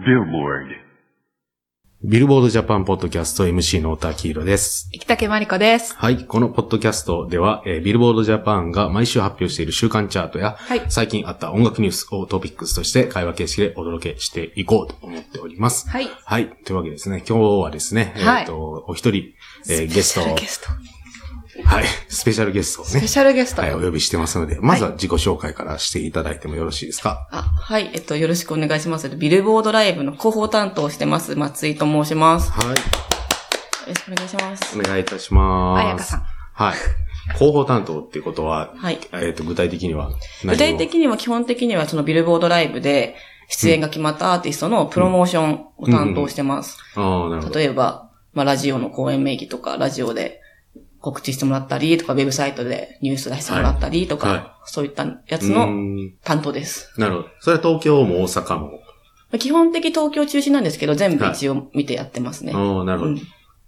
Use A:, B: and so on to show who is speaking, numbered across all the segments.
A: Billboard.
B: ビルボードジャパンポッドキャスト MC の太田黄色です。
C: 生竹まりこです。
B: はい。このポッドキャストでは、えービルボードジャパンが毎週発表している週間チャートや、
C: はい
B: 最近あった音楽ニュースをトピックスとして会話形式でお届けしていこうと思っております。
C: はい。
B: はい。というわけでですね、今日はですね、
C: はい
B: えっ、と、お一人、えーゲスト
C: スペシャル
B: を
C: ゲ、スト。
B: はい、スペシャルゲストを
C: スペ
B: ね、
C: シャルゲスト。
B: はい、お呼びしてますので、まずは自己紹介からしていただいてもよろしいですか。
C: あ、はい。えっと、よろしくお願いします。ビルボードライブの広報担当をしてます、松井と申します。よ
B: はい。
C: ろしくお願いします
B: お。願いいたします。
C: 彩香さん
B: はい。広報担当っていうことは、
C: はい。
B: えっ、と、具体的には何を
C: 具体的には基本的にはそのビルボードライブで出演が決まったアーティストのプロモーションを担当してます。
B: ああ、なるほど。
C: 例えば、まあ、ラジオの公演名義とか、ラジオで告知してもらったりとか、ウェブサイトでニュース出してもらったりとか、
B: はいは
C: そういったやつ
B: うー
C: の
B: ん
C: 担当です。
B: なるほど。それは東京も大阪も。
C: まあ基本的東京中心なんですけど、全部一応見てやってますね。
B: ああ、なるほど、
C: うん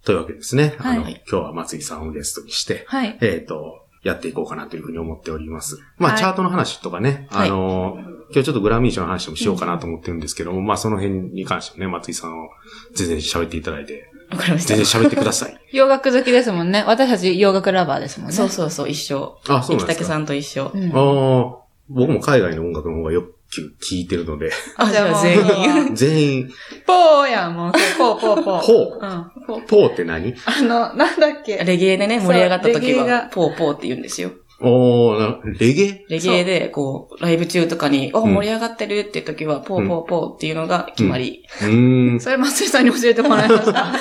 B: というわけですね。あの、
C: はい
B: 今日は松井さんをゲストにして、
D: はい。
B: えっ、と、やっていこうかなというふうに思っております。まあ、
D: はい
B: チャートの話とかね、
C: はい
B: あのー、今日ちょっとグラミー賞の話もしようかなと思ってるんですけども、まあ、その辺に関してもね、松井さんを全然喋っていただいて、
C: わかりました
B: 全然。喋ってください。
D: 洋楽好きですもんね。私たち洋楽ラバーですもんね。
C: そうそうそう、一緒。
B: あ、そうなん
C: 生
B: です
C: 竹
B: か。
C: さんと一緒。
D: うん
B: ああ、僕も海外の音楽の方がよく聞いてるの で、
C: あ、じゃあ 全員。
D: 員。
B: 全員、
D: ポーやん、もう。ポー、ポー、ポー。
B: ポ
D: う
B: ー
D: ん。、ポー。
B: ポーって何
D: あの、なんだっけ。
C: レゲエでね、盛り上がった時
D: そうレゲエが
C: は、ポーポーって言うんですよ。
B: おー、なレゲエ
C: レゲエで、こう、ライブ中とかに、お、
B: うん
C: 盛り上がってるっていう時は、ポーポーポーっていうのが決まり。
B: うーん。
D: それ松井さんに教えてもらいました。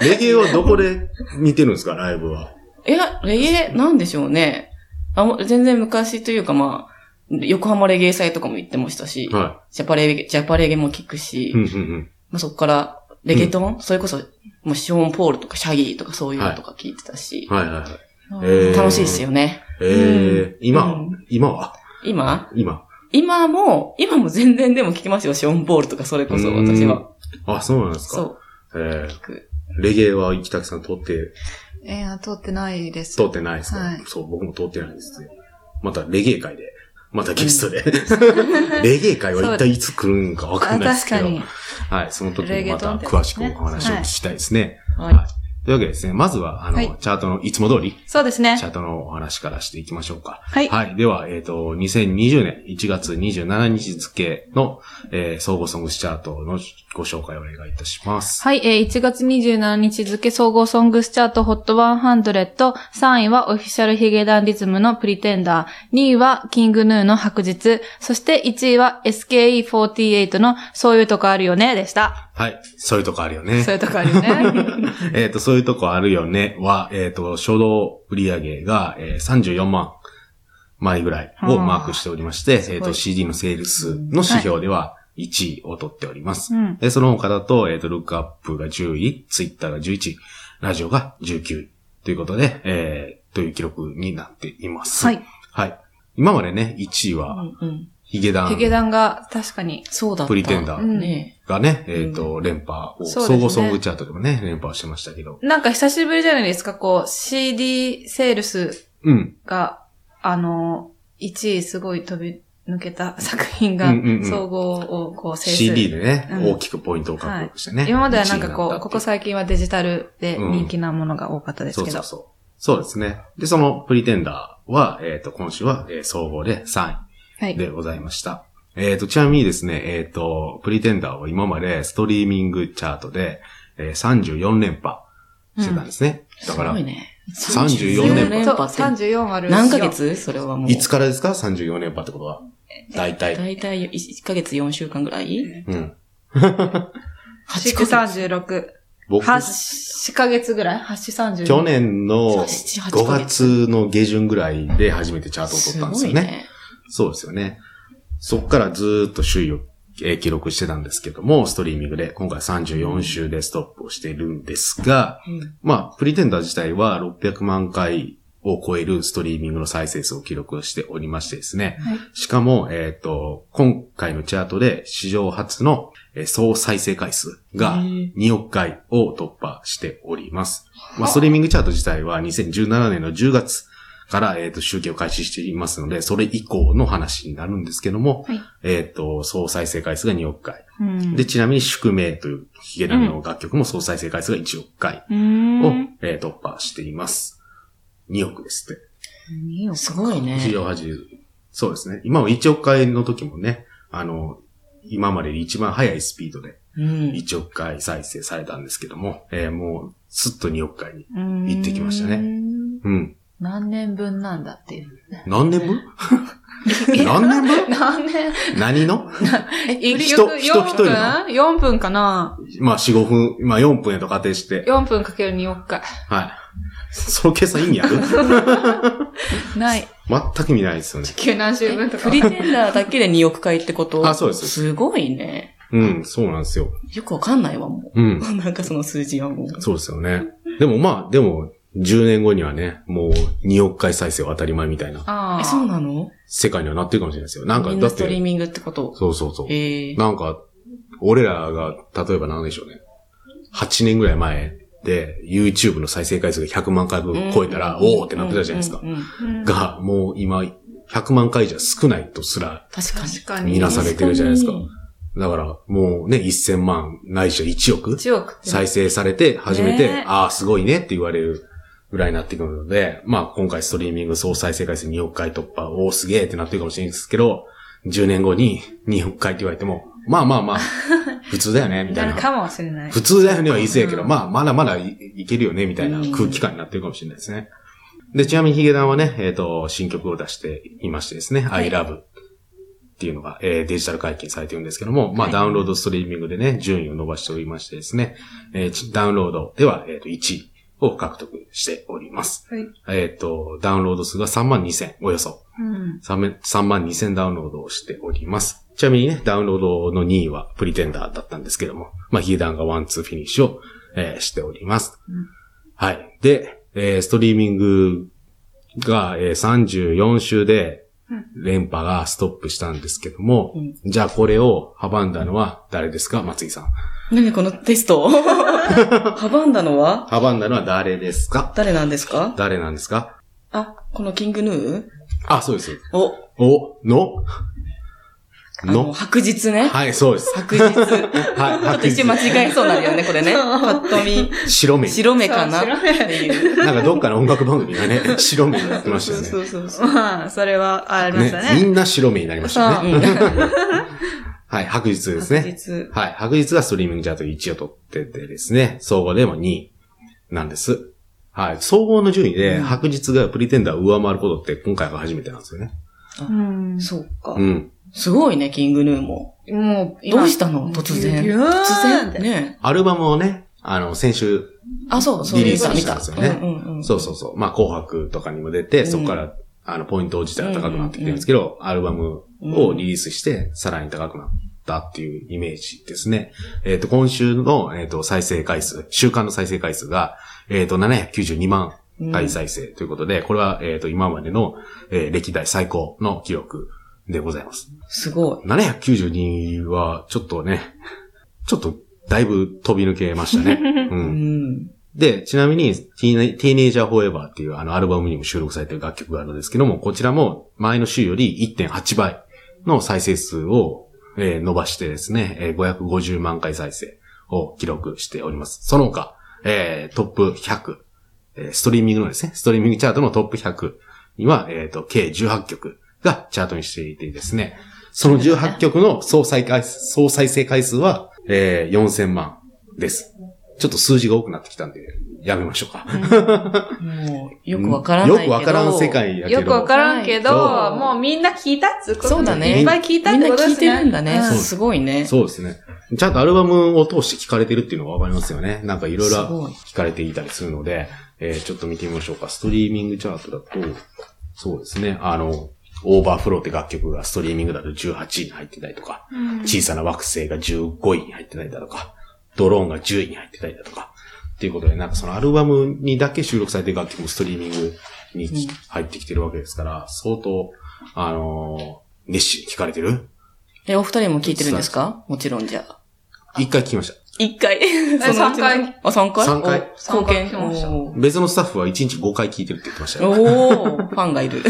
B: レゲエはどこで見てるんですか、ライブは。
C: いや、レゲエ、なんでしょうね。あもう全然昔というか、まあ、横浜レゲエ祭とかも行ってましたし、
B: は
C: ジャパレゲ、ジャパレゲも聞くし、
B: い。うんうん
C: まあ、そこから、レゲトン、それこそ、もうショーン・ポールとかシャギーとかそういうのとか聞いてたし、
B: うん。はいはいはい。 えー
C: 楽しいですよね。
B: えー、今
C: う
B: は
C: ん
B: 今は
C: 今
B: 今。
C: 今も、今も全然でも聞きますよ、ショーン・ポールとかそれこそ、私は。
B: あ、そうなんですか。
C: そう、
B: え
C: 聞く。
B: ー、レゲエは行きたくさん通って、
D: えー、通ってないです。
B: 通ってないですか、
D: はい
B: そう、僕も通ってないですね。またレゲエ会で。またゲストで。 レゲエ会は一体いつ来るんかわか
D: あ
B: んないです
D: 確
B: け
D: か
B: ど。
D: に。
B: はい、その時
D: レ
B: に
D: ゲ
B: ま
D: ト
B: た
D: ンって
B: 詳しくお
D: ね
B: 話を聞きたいですね。
C: はい。
B: というわけでですね、まずは、あの、
D: はい
B: チャートのいつも通り、
D: そうですね
B: チ。ャートのお話からしていきましょうか。
D: はい。
B: はい。では、えっ、と、2020年1月27日付の、えー、総合ソングスチャートのご紹介をお願いいたします。
D: はい、えー、1月27日付総合ソングスチャート HOT100、3位はオフィシャルヒゲダンディズムのプリテンダー、2位はキングヌーの白日、そして1位は SKE48 のそういうとこあるよねでした。
B: はい。そういうとこあるよね
D: そう。いうとこあるよ ね。
B: えっと、そういうとこあるよねは、えっ、と、初動売上が、えー、34万枚ぐらいをマークしておりまして、えっ、
D: ご
B: と、
D: い
B: CD のセールスの指標では1位を取っております。
D: うん。
B: で、その他だと、えっ、と、ルックアップが10位、ツイッターが11位、ラジオが19位、ということで、えー、という記録になっています。
D: はい。
B: はい。今までね、1位
C: う
B: は、
C: んうん。
B: ヒゲダ
D: ヒゲ
B: ン
D: ダンが確かに。
C: そうだった。
B: プリテンダ
D: う
B: ー
D: ん
C: ね
B: がね、えっ、と、連覇を、
D: そうです
B: 総
D: ね
B: 合ソングチャートでもね、連覇をしてましたけど。
D: なんか久しぶりじゃないですか、こう CD セールス
B: うん。
D: が、あの、1位すごい飛び抜けた作品が
B: うんうんうん、
D: 総合をこう制する。
B: CD でね、
D: うん
B: 大きくポイントを獲得してね。
D: 今まではなんか
B: 一位に
D: こ
B: な
D: う、
B: った
D: こ
B: ってい
D: こ最近はデジタルで人気なものが多かったです
B: そう
D: け
B: そ
D: ど
B: う。そう。そうですね。で、そのプリテンダーは、えっ、と、今週は、えー総合で3位。
D: はい。
B: でございました。えっ、と、ちなみにですね、えっ、と、プリテンダーは今までストリーミングチャートで、えー34連覇してたんですね。だ
C: え。
B: か
C: す
B: ら、
C: ごい
B: い
C: ね。
B: 34連覇
C: 連
D: そう
C: 覇って。
D: 34ある。
C: 何ヶ月それはもう。
B: つからですか ?34 連覇ってことは。大体。
C: だいたい1ヶ月4週間ぐらい
B: うん。
C: ?8 ヶ月。
D: ?36。
B: 僕、
D: 8ヶ月ぐらい ?8、36。
B: 去。年の
C: 7 8
B: 5月の下旬ぐらいで初めてチャートを取
C: す
B: ったんで
C: ご
B: すよ
C: い
B: ね。
C: ね。
B: そうですよね。そっからずーっと首位をえー記録してたんですけども、ストリーミングで、今回34週でストップをしているんですが、
C: うん
B: まあ、プリテンダー自体は600万回を超えるストリーミングの再生数を記録しておりましてですね。
D: はい
B: しかも、えっ、と、今回のチャートで史上初のえー総再生回数が
C: へー
B: 2億回を突破しております。まあ、ストリーミングチャート自体は2017年の10月から、えっ、と、集計を開始していますので、それ以降の話になるんですけども、
D: はい
B: えっ、と、総再生回数が2億回。
D: うん
B: で、ちなみに宿命というヒゲダンの楽曲も総再生回数が1億回
D: う
B: を、
D: ん。
B: えー突破しています。2億ですって。
D: いいよ
C: すごいね。
B: 史上初そうですね。今は1億回の時もね、あの、今までで一番速いスピードで
C: うん。
B: 1億回再生されたんですけども、えーもう、すっと2億回に。
D: うん
B: 行ってきましたねうん。
D: 何年分なんだっていう。
B: 何年分何年分
D: 何年
B: 何の
D: え、
B: 人
D: 一曲
B: 人
D: 4
B: 一人
D: 分
B: の
D: ?4 分かな
B: まあ、4、5分、まあ4分やと仮定して、
D: ?4 分かける2億回。
B: はい。その計算意味ある
D: ない。
B: 全く意味ないですよね
D: 地。球何周分とか
C: プ。リテンダーだけで2億回ってこと
B: あそうです
C: すごいね。
B: うん、そうなんですよ。
C: よくわかんないわ、も
B: うん。
C: う。なんかその数字はもう。
B: そうですよね。でもまあ、でも、10年後にはね、もう2億回再生は当たり前みたいな
D: ああ。
C: え、そうなの
B: 世界にはなってるかもしれないですよ。なんか、
C: みん
B: だ
C: な
B: っ
C: ストリー
B: て、
C: ミングってこと
B: そうそうそう。
C: ええ。
B: なんか、俺らが、例えば何でしょうね。8年ぐらい前で、YouTube の再生回数が100万回分超えたら、おーってなってたじゃないですか
C: うん。うんうん
D: うん
B: が、もう今、100万回じゃ少ないとすら、
C: 確かに。
D: 確かに。
B: 見なされてるじゃないですか
C: 確に。
B: だから、もうね、1000万、ないしは1億
D: 1億って。
B: 再生されて、初めて、
D: ね
B: ああ、すごいねって言われるぐらいになってくるので、まあ今回ストリーミング総再生回数2億回突破、おお、すげえってなってるかもしれないですけど、10年後に2億回って言われても、まあまあまあ、普通だよね、みたい
D: な
B: な
D: る。かもしれない。
B: 普通だよねは言いせやけど、
D: うん
B: まあ、まだまだいいけるよね、みたいな空気感になってるかもしれないですね。で、ちなみにヒゲダンはね、えっ、と、新曲を出していましてですね、
D: はい
B: I Love っていうのが、えーデジタル解禁されてるんですけども、まあ、
D: はい
B: ダウンロードストリーミングでね、順位を伸ばしておりましてですね、えーちダウンロードでは、えっ、と、1位を獲得しております。
D: はい
B: えっ、と、ダウンロード数が3万2000、およそ。
D: うん。
B: 3万2000ダウンロードをしております。ちなみにね、ダウンロードの2位はプリテンダーだったんですけども、まあ、ヒゲダンがワンツーフィニッシュを、えーしております。
D: うん
B: はい。で、えーストリーミングが、えー34週で
D: うん、
B: 連覇がストップしたんですけども、
C: うん
B: じゃあこれを阻んだのは誰ですか松井さん。
C: 何このテ スト阻んだのは
B: 阻んだのは誰ですか
C: 誰なんですか
B: 誰なんですか
C: あ、このキングヌー
B: あ、そうです。
C: お、
B: お、の
C: あの、
B: の
C: 白日ね。
B: はい、そうです。
C: 白日。ちょ
B: はい、
C: っと一瞬間違えそうなんだよね、これね。ぱっと見、
B: 白目に
C: 白目かな
D: そう白目
C: っていう。
B: なんかどっかの音楽番組 がね、白目になってましたよ
C: うそうそう。
D: まあ、それはありま
B: ね。
D: した
B: ねみ
D: ね。
B: んな白目になりましたね。はい、白日です
C: 白
B: ね。
C: 日。
B: はい、白日がストリーミングチャート1位を取っててですね、総合でも2位なんです。はい、総合の順位で
C: うん
B: 白日がプリテンダーを上回ることって今回が初めてなんですよね。
D: うん
C: そうか
B: う。ん。
C: すごいね、キングヌーも。
D: もう、
C: どうしたの突然。
D: ビューン
C: 突然ね。
B: アルバムをね、あの、先週、
C: あ、そう、そう
B: リリ
C: い
B: ー
C: う
B: ス
C: 見
B: したん
C: た。
B: ですよね
C: うんうんうん
B: そうそうそう。まあ、紅白とかにも出て、そこから、あの、ポイント自体は高くなってきてるんですけど、アルバムをリリースして、さらに高くなったっていうイメージですね。えっ、と、今週の、えっ、と、再生回数、週間の再生回数が、えっ、と、792万
C: うん。
B: 回再生ということで、これは、えっ、と、今までの、えー歴代最高の記録でございます。
C: すごい。
B: 792は、ちょっとね、ちょっと、だいぶ飛び抜けました ね。う。
C: うんん。
B: で、ちなみに、ティーネティーネイジャーフォーエバーっていうあのアルバムにも収録されてる楽曲があるんですけども、こちらも前の週より1.8倍の再生数を、えー伸ばしてですね、えー550万回再生を記録しております。その他、えートップ100、えーストリーミングのですね、ストリーミングチャートのトップ100には、えっ、と、計18曲がチャートにしていてですね、その18曲の総再回数総再生回数は、えー4000万です。ちょっと数字が多くなってきたんで、やめましょうか。
C: もう、よくわからないけど。
B: よくわからん世界やけど。
D: よくわからんけ
B: そ
D: ど、
B: う
D: もうみんな聞いたっつうこと
C: そうだね
D: いっぱい聞いたっ
C: みん
D: て
C: な
D: ことです
C: 聞
D: ね。
C: いてるんだね。
D: うん
C: すごいね。
B: そうですね。ちゃんとアルバムを通して聞かれてるっていうのがわかりますよね。なんかいろいろ
C: すごい
B: 聞かれていたりするので、えーちょっと見てみましょうか。ストリーミングチャートだと、そうですね。あの、オーバーフローって楽曲がストリーミングだと18位に入ってたりとか、小さな惑星が15位に入ってたりだとか、ドローンが10位に入ってたりだとか、っていうことで、なんかそのアルバムにだけ収録されてる楽曲もストリーミングにき入ってきてるわけですから、相当、あのー熱心に聞かれてる
C: え、お二人も聞いてるんですかもちろんじゃあ。
B: 一回聞きました。
C: 一回。 そのうちの
D: 三回。
C: あ、三回
B: 三回
C: 貢献
D: 三回聞きました
C: おー
B: 別のスタッフは1日5回聞いてるって言ってましたよ。
C: おー、ファンがいる。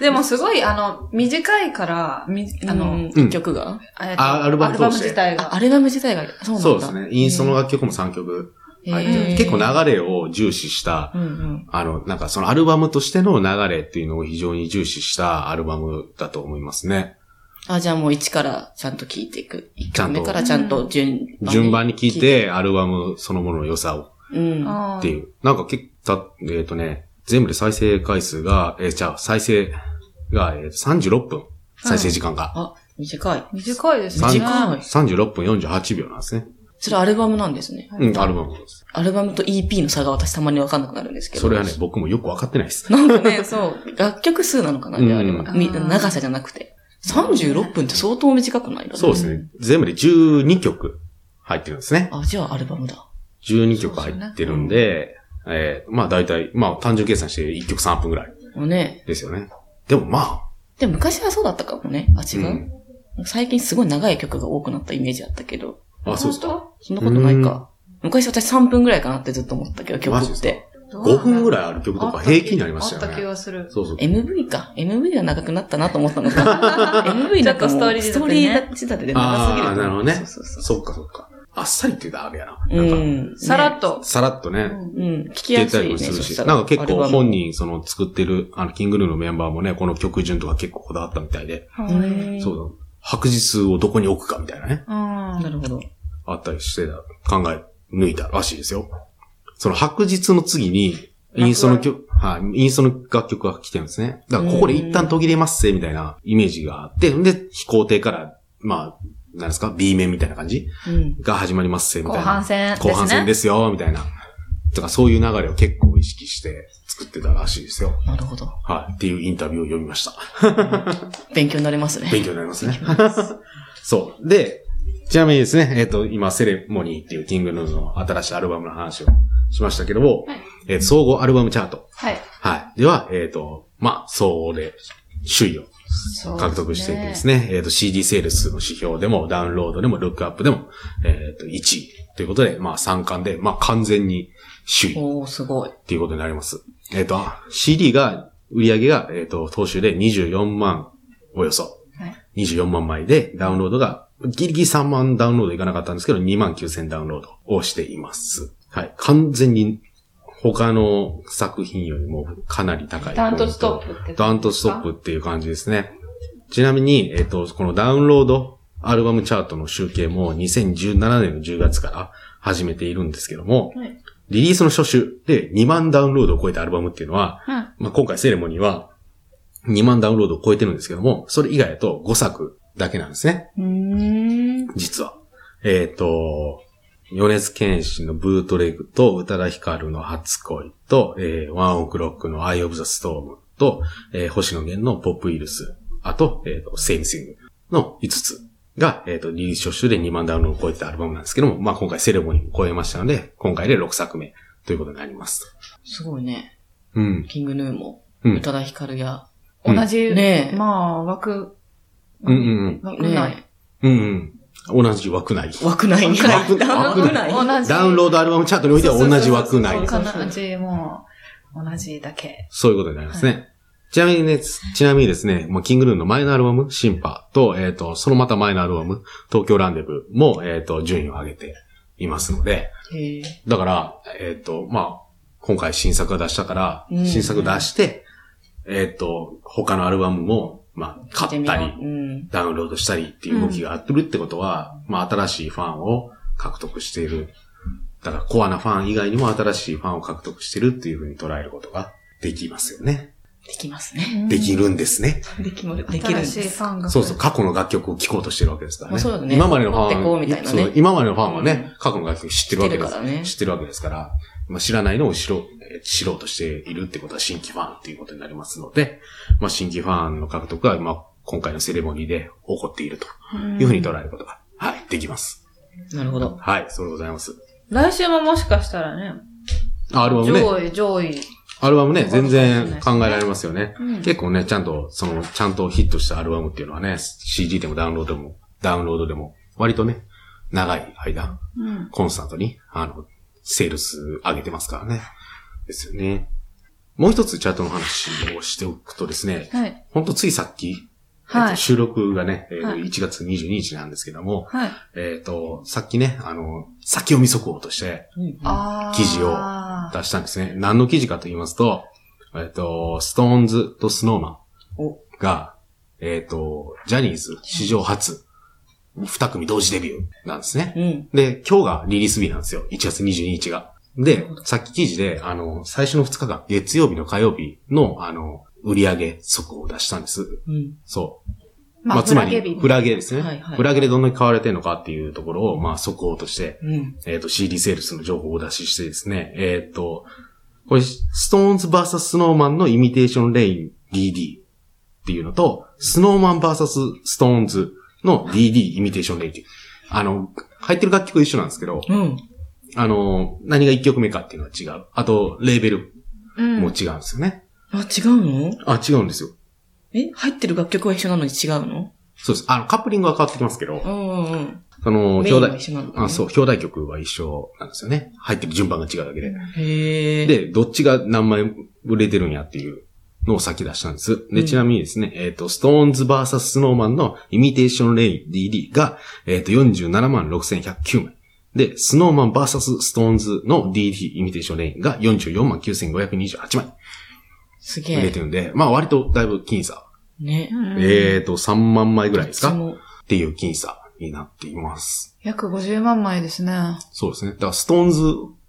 D: でもすごい、あの、短いから、み
C: あ
D: あの、
C: の、一曲が。
D: えっと
B: あアルバム通して
D: 自体
C: あ
D: が。
C: アルバム自体が、そうなんだ。
B: そうですね。インストの楽曲も3曲入って
C: へ
B: る
C: ー
B: 結構流れを重視した、
C: うんうん。
B: あの、なんかそのアルバムとしての流れっていうのを非常に重視したアルバムだと思いますね。
C: あ、じゃあもう1からちゃんと聞いていく。1
B: ちゃ
C: 曲
B: ん
C: 目
B: と
C: からちゃんと順番に。
B: 順番に聞い。て、アルバムそのものの良さを
C: うん。
D: あー
B: っていう。なんか結構、たえっ、とね、全部で再生回数が、えーじゃあ再生が、えー36分。再生時間が。
C: あ、短い。
D: 短いですね。
C: 短い。
B: 36分48秒なんですね。
C: それアルバムなんですね。
B: うん、アルバムです。
C: アルバムと EP の差が私たまにわかんなくなるんですけど。
B: それはね、僕もよくわかってないです。
C: なんかね、そう。楽曲数なのかな、
B: うん
C: あれは。み
D: あー
C: 長さじゃなくて。36分って相当短くない
B: そうですね。全部で12曲入ってるんですね。
C: あ、じゃあアルバムだ。
B: 12曲入ってるんで、えーまあ大体、まあ単純計算して1曲3分ぐらい
C: もうね。
B: ですよね。でもま
C: でも昔はそうだったかもね。あ、
B: あ、
C: 違う、最近すごい長い曲が多くなったイメージあったけど。
B: うん、あ、そうですか。
D: か。
C: そんなことないか。昔私3分ぐらいかなってずっと思ったけど、曲
B: マジで
C: っ
B: すか
C: て。
B: 5分ぐらいあ
D: る
B: る曲とか平気になりました
D: あ
B: よ
D: った気
B: ね。
D: がする。
B: そうそう。
C: MV か。MV が長くなったなと思ったの か。MV なんかもう
D: ちょっとストーリー
C: ス
D: 仕立てね
C: トーリー仕立てで長すぎる。
B: あーなるほどね
C: そうそうそう。
B: そっかそっか。あっさりって言うとあれやな。
C: う
B: なんか、
C: ん。
D: さらっ
C: ね。
D: と。
B: さらっとね、
C: うん。聞き
B: 消え
C: やす
B: た
C: い
B: り
C: ね。
B: もするし、
C: そしたら
B: なんか結構
C: アルバム
B: 本人、その作ってる、あの、キングヌーのメンバーもね、この曲順とか結構こだわったみたいで、
D: はい
B: そうだ、白日をどこに置くかみたいなね、
D: うん
C: なるほど。
B: あったりしてた、考え抜いたらしいですよ。その白日の次に、インストの曲、はい、インストの楽曲が来てるんですね。だからここで一旦途切れますぜ、みたいなイメージがあって、で、飛行艇から、まあ、なんですか、B 面みたいな感じ
C: うん。
B: が始まりますぜ、みたい
D: 後
B: な。
D: 半戦ですね。
B: 後半戦ですよ、みたいな。とか、そういう流れを結構意識して作ってたらしいですよ。
C: なるほど。
B: はい。っていうインタビューを読みました。
C: 勉強になりますね。
B: 勉強になりますね。 そう。で、ちなみにですね、えっ、と、今、セレモニーっていうキングヌーの新しいアルバムの話をしましたけども、
D: はい
B: えー総合アルバムチャート。
D: はい。
B: はい。では、えっ、と、まあ、総合で首位を獲得していてですね、えっ、と、CD セールスの指標でも、ダウンロードでも、ルックアップでも、えっ、と、1位ということで、まあ、3冠で、まあ、完全に首位。
C: おー、すごい。
B: っていうことになります。えっ、と、CD が、売り上げが、えっ、と、当初で24万、およそ。
D: はい
B: 24万枚で、ダウンロードが、ギリギリ3万ダウンロードいかなかったんですけど、2万9000ダウンロードをしています。はい。完全に、他の作品よりもかなり高い。
D: ダントツトップって。
B: ダントツトップっていう感じですね。ちなみに、えっ、と、このダウンロードアルバムチャートの集計も2017年の10月から始めているんですけども、
D: はい
B: リリースの初週で2万ダウンロードを超えたアルバムっていうのは、
D: うん
B: まあ、今回セレモニーは2万ダウンロードを超えてるんですけども、それ以外だと5作だけなんですね、
D: うーん。
B: 実は。えっ、と、米津玄師のブートレグと、宇多田ヒカルの初恋と、えーワンオクロックのアイオブザストームと、えー星野源のポップイルス、あと、えっ、と、セイムシングの5つが、えっ、と、リリース初週で2万ダウンロードを超えてたアルバムなんですけども、まあ今回セレモニーも超えましたので、今回で6作目ということになります。
C: すごいね。
B: うん。
C: キングヌーも、
B: う
C: 宇
B: ん。
C: 多田ヒカルや、
B: うん
D: 同じ、
C: ねえ
D: まあ、枠、
B: うんうん
D: 枠内。
C: ね
B: うんうん。同じ枠内。
C: え、枠内に入った。
B: 枠内
C: 内
D: 同じ。
B: ダウンロードアルバムチャートにおいては同じ枠内
D: そう
B: で
D: そ
B: す
D: うそうそう同じ、もう、同じだけ。
B: そういうことになりますね。ちなみにね、ちなみにですね、まあ、キングルーンの前のアルバム、シンパと、えっ、と、そのまた前のアルバム、東京ランデブーも、えっ、と、順位を上げていますので、
C: へえ
B: だから、えっ、と、まあ、今回新作を出したから、
C: うん
B: 新作出して、えっ、と、他のアルバムも、まあ、買ったり、
C: うん。
B: ダウンロードしたりっていう動きがあってるってことは、まあ、新しいファンを獲得している。だから、コアなファン以外にも新しいファンを獲得してるっていうふうに捉えることができますよね。
C: できますね。
B: でき
D: る。
B: るんですね。
C: できまできるん
D: 新
C: で
D: しい
C: す
D: フ。ァンが。
B: そうそう、。過去の楽曲を聴こうとしてるわけですから
C: まあ
B: ね。
C: そうだね
B: 今までのファンは、
C: 持ってこうみたいなね
B: そう今までのファンはね、
C: う
B: 過去の楽曲知ってるわけです
C: 知ってるからね
B: 知ってるわけですから、まあ、知らないのを知ろう、えー知ろうとしているってことは新規ファンっていうことになりますので、まあ、新規ファンの獲得が、まあ、今回のセレモニーで起こっているというふうに捉えることが、はい、できます。
C: なるほど。
B: はい、そうでございます。
D: 来週ももしかしたらね、
B: あアルバムね、
D: 上位、上位。
B: アルバムね、全然考えられますよね。
D: うん
B: 結構ね、ちゃんと、その、ちゃんとヒットしたアルバムっていうのはね、CD でもダウンロードでも、ダウンロードでも、割とね、長い間、
D: うん。
B: コンスタントに、あの、セールス上げてますからね。ですよね。もう一つチャートの話をしておくとですね、
D: はい。
B: ほんとついさっき、
D: はい
B: 収録がね、えー
D: はい
B: 1月22日なんですけども、
D: はい。
B: えっ、と、さっきね、あの、先読み速報として、
D: あー
B: 記事を出したんですね。何の記事かと言いますと、えっ、と、ストーンズとスノーマ
C: お
B: ンが、えっ、と、ジャニーズ史上初、二組同時デビューなんですね。
C: うん。
B: で、今日がリリース日なんですよ。1月22日が。で、さっき記事で、あの、最初の2日間、月曜日の火曜日の、あの、売り上げ速報を出したんです。
C: うん。
B: そう。
D: まあ、
B: つまり、
D: フ
B: フ
D: ラ
B: ラゲですね。
C: はいはい
B: フラゲでどんなに買われてるのかっていうところを、まあ、速報として
C: うん。
B: えっ、と、CD セールスの情報をお出ししてですね、えっ、と、これ、ストーンズ vs スノーマンのイミテーションレイン DD っていうのと、スノーマン vs ストーンズの DD イミテーションレインっていう。あの、入ってる楽曲一緒なんですけど、
C: うん。
B: あの、何が1曲目かっていうのは違う。あと、レーベル
D: うん
B: も違うんですよね。
C: あ、違うの
B: あ、違うんですよ。
C: え入ってる楽曲は一緒なのに違うの
B: そうです。あの、カップリングは変わってきますけど
C: う、んうん
B: その、
C: うん。
B: 表
C: メインは
B: 題、
C: 一緒なのかな
B: あ、そう、表題曲は一緒なんですよね。入ってる順番が違うだけで。
C: へえ。、
B: で、どっちが何枚売れてるんやっていうのを先出したんです。で、
C: うん
B: ちなみにですね、えっ、と、ストーンズ vs スノーマンのイミテーションレイン DD が、えっ、と、47万6109枚。で、スノーマン vs ストーンズの DD イミテーションレインが44万9528枚
C: すげ
B: 売れ
C: え
B: て。るんで、まあ割とだいぶ僅差。
C: ね。
D: うん
B: えっ、と、3万枚ぐらいです
C: そ
B: か
C: の
B: っていう僅差になっています。
D: 約50万枚ですね。
B: そうですね。だから、ストーンズ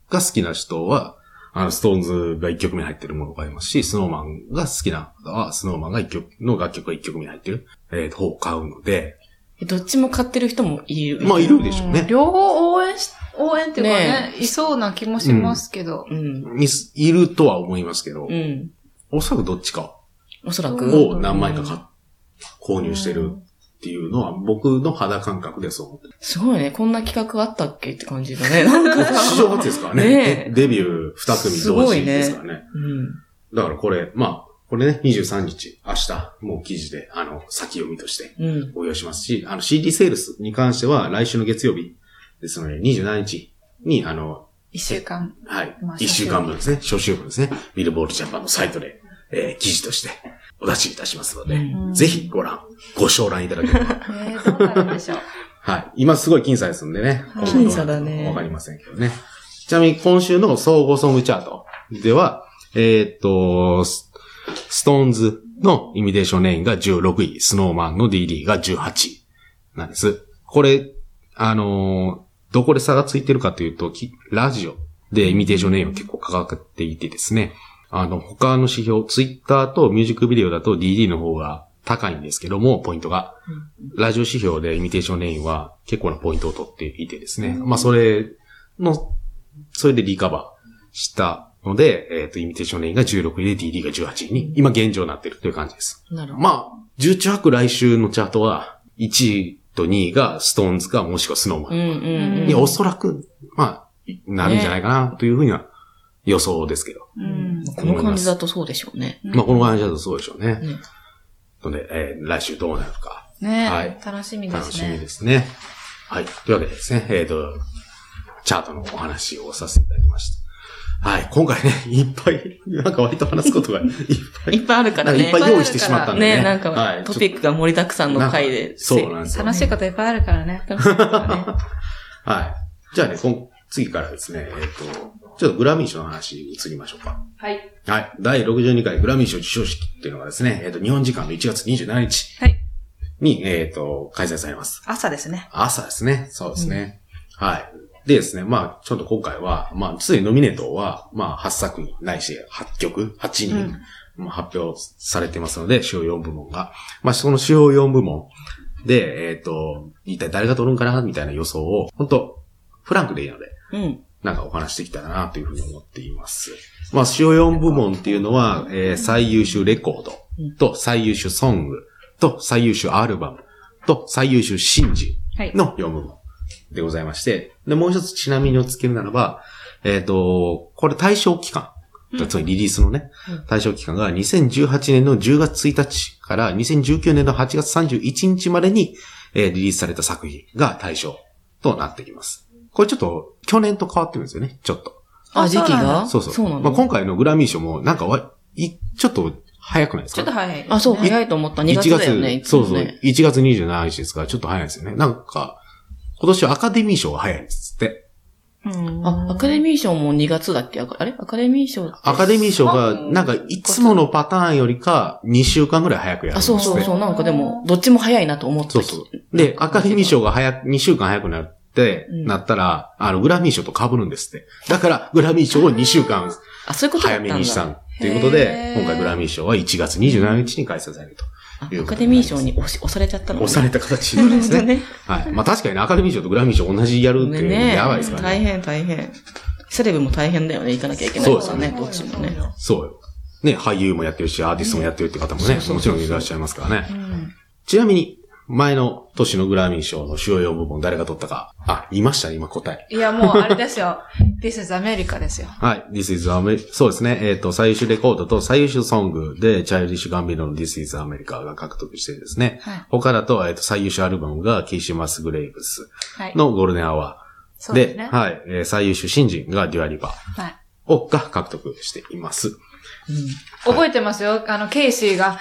B: が好きな人は、あの、ストーンズが1曲目に入ってるものがありますし、スノーマンが好きな方は、スノーマンが一曲、の楽曲が1曲目に入ってる、えー、方を買うので、
C: えどっちも買ってる人もいる。
B: まあ、いるでしょうんね。
D: 両方応援し、応援っていうかね
C: ね、
D: いそうな気もしますけど。
C: うん。
B: いすいるとは思いますけど
C: う、ん。
B: おそらくどっちか
C: おそらく。
D: うん
B: を何枚か買っ購入してるっていうのは、僕の肌感覚でそう思って る。
C: すごいね。こんな企画あったっけって感じだね。 なんかさ。
B: 史上初ですから
C: ね
B: ね。
C: え
B: デデビュー2組
C: す
B: 同
C: ご
B: 時
C: いね
B: ですからね。
C: うん。
B: だからこれ、まあ、これね、23日、明日、もう記事で、あの、先読みとして
C: うん。
B: 応用しますし、あの CD セールスに関しては来週の月曜日ですので、27日に、あの、
D: 一週間。
B: はい
D: まあ、
B: 一週間分ですね、初週分ですね、ビルボールジャパンのサイトで、えー記事としてお出しいたしますので、
C: うん
B: ぜひご覧、ご賞覧いただければ。
D: えー、どうなるんでしょう。
B: はい。今すごい僅差ですんでね。
D: はい
B: 今度は
C: 僅差だね
B: わかりませんけどね。ちなみに今週の総合ソングチャートでは、えーっと、スストーンズのイミテーションレインが16位、スノーマンの DD が18位なんです。これ、あのーどこで差がついてるかというと、きラジオでイミテーションレインは結構かかっていてですね、あの、他の指標、ツイッターとミュージックビデオだと DD の方が高いんですけども、ポイントが。ラジオ指標でイミテーションレインは結構なポイントを取っていてですね。まあ、それの、それでリカバーしたので、えっ、と、イミテーションレインが16位で DD が18位に、今現状になってるという感じです。
C: なるほど。
B: まあ、重中泊来週のチャートは、1位と2位がストーンズかもしくはスノーマ
C: うん
B: ン
C: うんうん。
B: におそらく、まあ、なるんじゃないかなというふうには予想ですけど。
D: うん。
C: この感じだとそうでしょうね。
B: まあ、この感じだとそうでしょうね。
C: うん
B: ので、えー来週どうなるか。
D: ね、
B: はい
D: 楽しみですね。
B: 楽しみですね。はい。というわけでですね、えっ、と、チャートのお話をさせていただきました。はい。今回ね、いっぱい、なんか割と話すこと がいっぱい。
C: いっぱいあるからね。
B: いっぱい用意してしまったんでね。
C: ね、なん
B: は
C: か
B: い、
C: トピックが盛りだくさんの回
B: なん
C: で。
B: かそうなんですよ。
D: 楽しいこといっぱいあるからね。
C: 楽しいからね。
B: はい。じゃあね、こん次からですね、えっ、と、ちょっとグラミー賞の話に移りましょうか。
D: はい。
B: はい。第62回グラミー賞授賞式っていうのがですね、えっ、と、日本時間の1月27日
D: はい。
B: に、えっ、と、開催されます。
D: 朝ですね。
B: 朝ですね。そうですね。はい。でですね、まあ、ちょっと今回は、まあ、すでにノミネートは、まあ、8作品、ないし、8曲、8人、まあ発表されてますので、主要4部門が。まあ、その主要4部門で、えっ、と、一体誰が取るんかな、みたいな予想を、本当フランクでいいので、
C: うん。
B: なんかお話してきたらな、というふうに思っています。まあ、主要4部門っていうのは、えー最優秀レコードと最優秀ソングと最優秀アルバムと最優秀新人
D: はい。
B: の4部門でございまして、で、もう一つちなみにお付けるならば、えっ、と、これ対象期間、つまりリリースのね、対象期間が2018年の10月1日から2019年の8月31日までに、えーリリースされた作品が対象となってきます。これちょっと、去年と変わってくるんですよね、ちょっと。
C: あ、時期
D: そうなん
C: が
D: だ
B: そうそう。
C: なの、
B: まあ、今回のグラミー賞も、なんかわ、い、ちょっと早くないです
D: ちょ
B: か
D: っと早いですね。
C: あ、そう、早いと思った。2月だよね。い
B: 1
C: つも
B: そう
C: ね
B: そう。1月27日ですから、ちょっと早いですよね。なんか、今年はアカデミー賞が早いんですって。
D: うん。
C: あ、アカデミー賞も2月だっけああれアカデミー賞って
B: アカデミー賞が、
C: うん
B: なんか、いつものパターンよりか、2週間ぐらい早くやるん
C: あ、
B: ですっ
C: そう
B: て。
C: そうそう。なんかでも、どっちも早いなと思って
B: そ
C: た
B: うそう。で、アカデミー賞が早く、2週間早くなるって、
C: うん
B: なったら、あの、グラミー賞と被るんですって。だから、グラミー賞を2週間
C: あ、そういうことだ
B: 早
C: ったん
B: め
C: だ。
B: にしたんっていうこと
C: へ
B: で
C: ー、
B: 今回グラミー賞は1月27日に開催されると。
C: あ
B: いう
C: ア
B: こと
C: カ
B: になり
C: デミ
B: ま
C: ー
B: す
C: 賞に押し押されちゃったの
B: 押された形になりますね。
C: ね。
B: はい。まあ確かにねアカデミー賞とグラミー賞同じやるっていうの
C: ね
B: やばいですから
C: 大
B: ね。
C: 変大変。セレブも大変だよね。行かなきゃいけないからね。どっちもね。
B: そうよ。ね、俳優もやってるし、アーティストもやってるって方もね、
C: そうそうそう
B: もちろんいらっしゃいますから
C: う
B: ね。
C: ん
B: ちなみに、前の年のグラミー賞の主要4部門誰が取ったか。あ、いましたね、今答え。
D: いや、もうあれですよ。This is America ですよ。
B: はい。This is America. そうですね。えっ、と、最優秀レコードと最優秀ソングで、チャイルディッシュ・ガンビーノの This is America が獲得してですね。
D: はい
B: 他だと、えっ、と、最優秀アルバムが、キーシマス・グレイブス
D: はい。
B: のゴールデンアワ
D: そ
B: ー。
D: うですね。は
B: はい、えー最優秀新人がデュアリバ
D: い。
B: ーを、が獲得しています。
D: 覚えてますよあの、ケイシーが、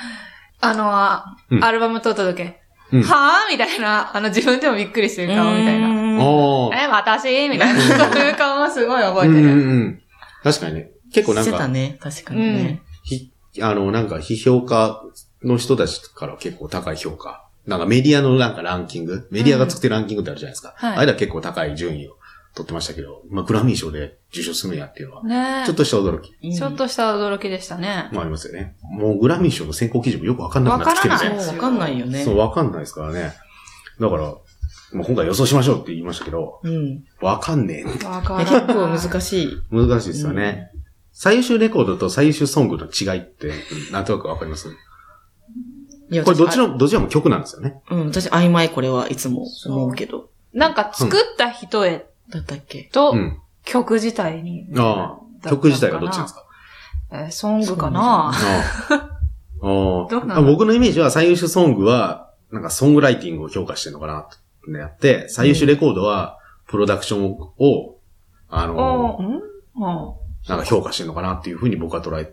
D: あの、あ
B: うん
D: アルバム撮った時。
B: うん
D: はぁみたいな、あの、自分でもびっくりしてる顔みたいな。
C: な。
B: おー。
D: え、私みたいな。そういう顔はすごい覚え
B: うん
D: て
B: う
D: る。
B: んうん。確かにね。結構なん
C: してた
B: か、
C: ね。確かにね。
B: ひ、あの、なんか、批評家の人たちから結構高い評価。なんかメディアのなんかランキング、メディアが作ってるランキングってあるじゃないですか。
D: はい
B: あれだ結構高い順位を取ってましたけど、まあ、グラミー賞で受賞するんやっていうのは、
D: ね
B: ちょっとした驚き
C: うん
D: ちょっとした驚きでしたね。
B: もありますよね。もうグラミー賞の選考基準もよくわかんなくなってきて
D: わ
B: る
D: から
B: ね
D: な。
C: そう、わかんないよね
B: そう、。わかんないですからね。だから、まあ、今回予想しましょうって言いましたけど、
C: うん。
B: わかんねえ。
D: わか
C: いや
D: ら
C: 結
D: ない。
C: 構難しい。
B: 難しいですよね。最優秀レコードと最優秀ソングの違いって、なんとなくわかります
C: いや
B: これどっち
C: 私
B: の、どちらも曲なんですよね。
C: あうん、私曖昧これはいつも思うけど。
D: なんか作った人へ
C: だったっけ
D: と
B: うん。
D: 曲自体に。
B: ああ、曲自体がどっちなんですか
D: えーソングか
B: ああ。
D: な
B: あ
D: どうな
B: あ
D: の
B: 僕のイメージは最優秀ソングは、なんかソングライティングを評価してるのかなってやって、最優秀レコードは、プロダクションを、あ
D: お
B: の、
D: うんうん
B: なんか評価してるのかなっていうふうに僕は捉えて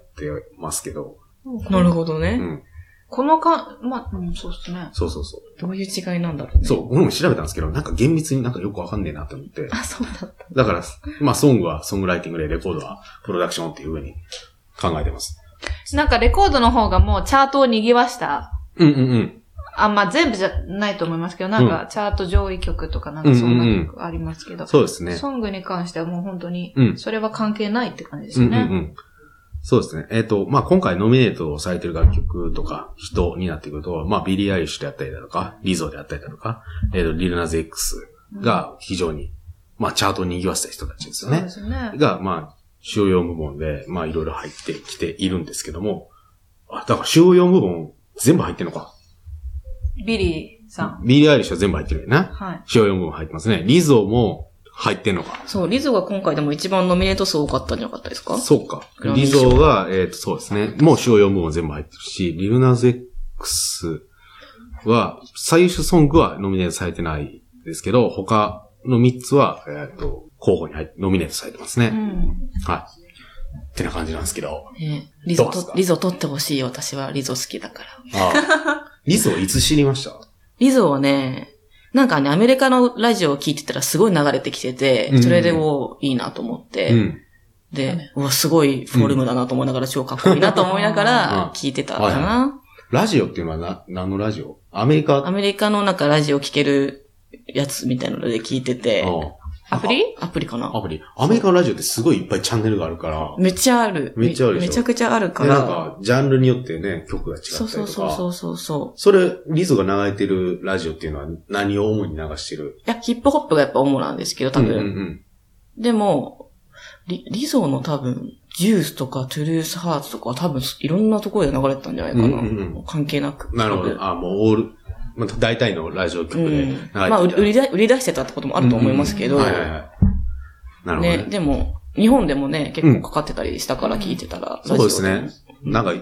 B: ますけど。
C: なるほど
B: う
C: ね。
B: ん。
D: このか、ま、うん、そうですね。
B: そうそうそ
C: どういう違いなんだろう
B: う。
C: ね。
B: そう、僕も調べたんですけど、なんか厳密になんかよくわかんねえなって思って。
C: あ、そうだった。
B: だから、まあ、ソングはソングライティングで、レコードはプロダクションっていうふうに考えてます。
D: なんかレコードの方がもうチャートを賑わした。
B: うんうんうん。
D: あ、まあ、全部じゃないと思いますけど、なんかチャート上位曲とかなんかそんな曲ありますけど。
B: そうですね。
D: ソングに関してはもう本当に
B: う、ん
D: それは関係ないって感じです
B: う
D: よ
B: んうんう
D: ね。
B: ん。そうですね。えっ、と、まあ、今回ノミネートされてる楽曲とか、人になってくると、まあ、ビリー・アイリッシュであったりだとか、リゾであったりだとか、えっ、と、リルナズ X が非常に、まあ、チャートを賑わせた人たちです
D: そ
B: よ
D: う
B: ね
D: で。すね。
B: が、まあ、主要4部門で、まあ、いろいろ入ってきているんですけども、あ、だから主要4部門全部入ってるのか。
D: ビリーさん。
B: ビリー・アイリッシュは全部入ってるよね。
D: はい。
B: 主要4部門入ってますね。リゾも入ってんのか。
C: そう、リゾが今回でも一番ノミネート数多かったんじゃなかったですか
B: そうか
C: グラ。ミー
B: リ
C: 賞
B: ゾが、えっ、と、そうですね。もう主要4部門全部入ってるし、リルナズ X は、最優秀ソングはノミネートされてないですけど、他の3つは、えっ、と、候補に入って、ノミネートされてますね。
D: うん。
B: はい。ってな感じなんですけど。
C: ねリゾ
B: どうです
C: と
B: か、
C: リゾ取ってほしい。私はリゾ好きだから。
B: ああリゾいつ知りました
C: リゾはね、なんかね、アメリカのラジオを聞いてたらすごい流れてきて
B: う
C: て、
B: ん
C: それでもういいなと思って、
B: うん。
C: で、うわ、すごいフォルムだなと思いながら、超かっこいいなと思いなが
B: うん
C: ら 聞いてたかな。
B: ラジオっていうのはな、何のラジオアメリカ
C: アメリカのなんかラジオ聞けるやつみたいなので聞いてて、
B: の
D: アプリ
C: アプリか
B: ア
C: な。
B: プリ。アメリカのラジオってすごいいっぱいチャンネルがあるから、
C: めっちゃある。
B: めっちゃあるでし
C: め
B: ょ
C: ちゃくちゃあるか
B: でなん
C: ら。
B: か、ジャンルによってね、曲が違ったりと
C: そう
B: か。
C: そうそうそうそうそ
B: それ、リゾが流れてるラジオっていうのは何を主に流してる
C: う。いや、ヒップホップがやっぱ主なんですけど、多分。
B: うんうんうん。
C: でも、リ、リゾーの多分、ジュースとかトゥルースハーツとか多分いろんなところで流れてたんじゃないかな。
B: うんうんうん
C: 関係なく。
B: なるほ
C: 多
B: ど。
C: 分。
B: あ、もうオール、まあ、大体のラジオ
C: う
B: 局で流れて
C: ん。まあ、売り売りだ売り出してたってこともあ
B: あ
C: ると思いますけど、
B: はいはいはい。なるほど
C: ね
B: ね。
C: でも、日本でもね、結構かかってたりしたから聞いてたら、
B: そうですね。
C: うん
B: なんか、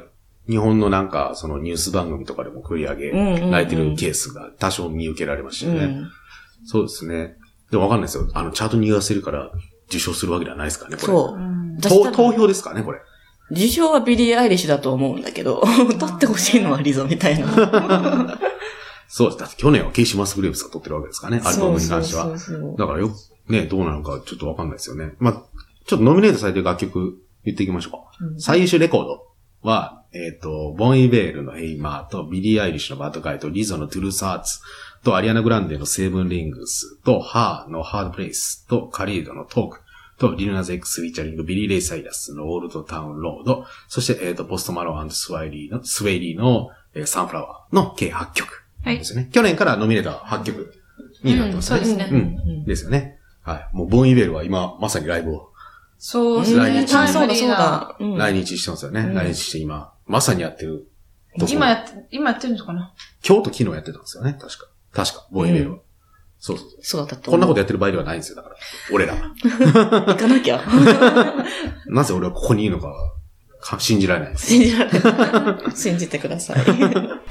B: 日本のなんか、そのニュース番組とかでも繰り上げ
C: うんうんうん
B: られてるケースが多少見受けられまし
C: ラジ
B: た
C: オ
B: よ
C: で
B: ね。
C: ね。
B: そうですね。でもわかんないですよ。あの、チャートに言わせるから受賞するわけではないですからね、これ。
C: そう。
B: と
C: 私多分
B: 投票ですからね、これ。
C: 自称はビリー・アイリッシュだと思うんだけど、歌ってほしいのはリゾみたい な。
B: そうです。だって去年はケイシー・マスグレーブスが撮ってるわけですからね、アルバムに関しては。
C: そうそうそうそう
B: だからよ、ね、どうなのかちょっとわかんないですよね。まあ、ちょっとノミネートされてる楽曲言っていきましょうか。
C: うん
B: 最優秀レコードは、えっ、と、ボン・イベールのヘイマーと、ビリー・アイリッシュのバッドガイと、リゾのトゥルース・ハーツと、アリアナ・グランデのセーブン・リングスと、ハーのハード・プレイスと、カリードのトークと、リルナズ・エックス・リーチャリング、ビリー・レイ・サイダスのオールド・タウン・ロード、そして、えっ、と、ポスト・マロースワイリーの、スウェイリーの、えーサンフラワーの計8曲ですね。去年からノミネートは8曲になってますね。
D: うんそうですね
B: うん。ですよね。はい。もう、ボン・イベールは今、まさにライブを
D: そううんです
B: 来
D: ね。
B: 日
D: タイムリ
C: そ
D: ー
C: う
D: な。
C: だそうだ。うん
B: 来日してますよね。
C: うん
B: 来日して今、まさにやってる。
D: 今やって、今やってるのかな
B: 今日と昨日やってたんですよね。確か。確か。ボーイメールは。そうそうそう。
C: そうだったと
B: こんなこと
C: と
B: やってる場合ではないんですよ。だから。俺ら。
C: 行かなきゃ。
B: なぜ俺はここにいるのかか、信じられないです。
C: 信じられない。信じてくだ さい。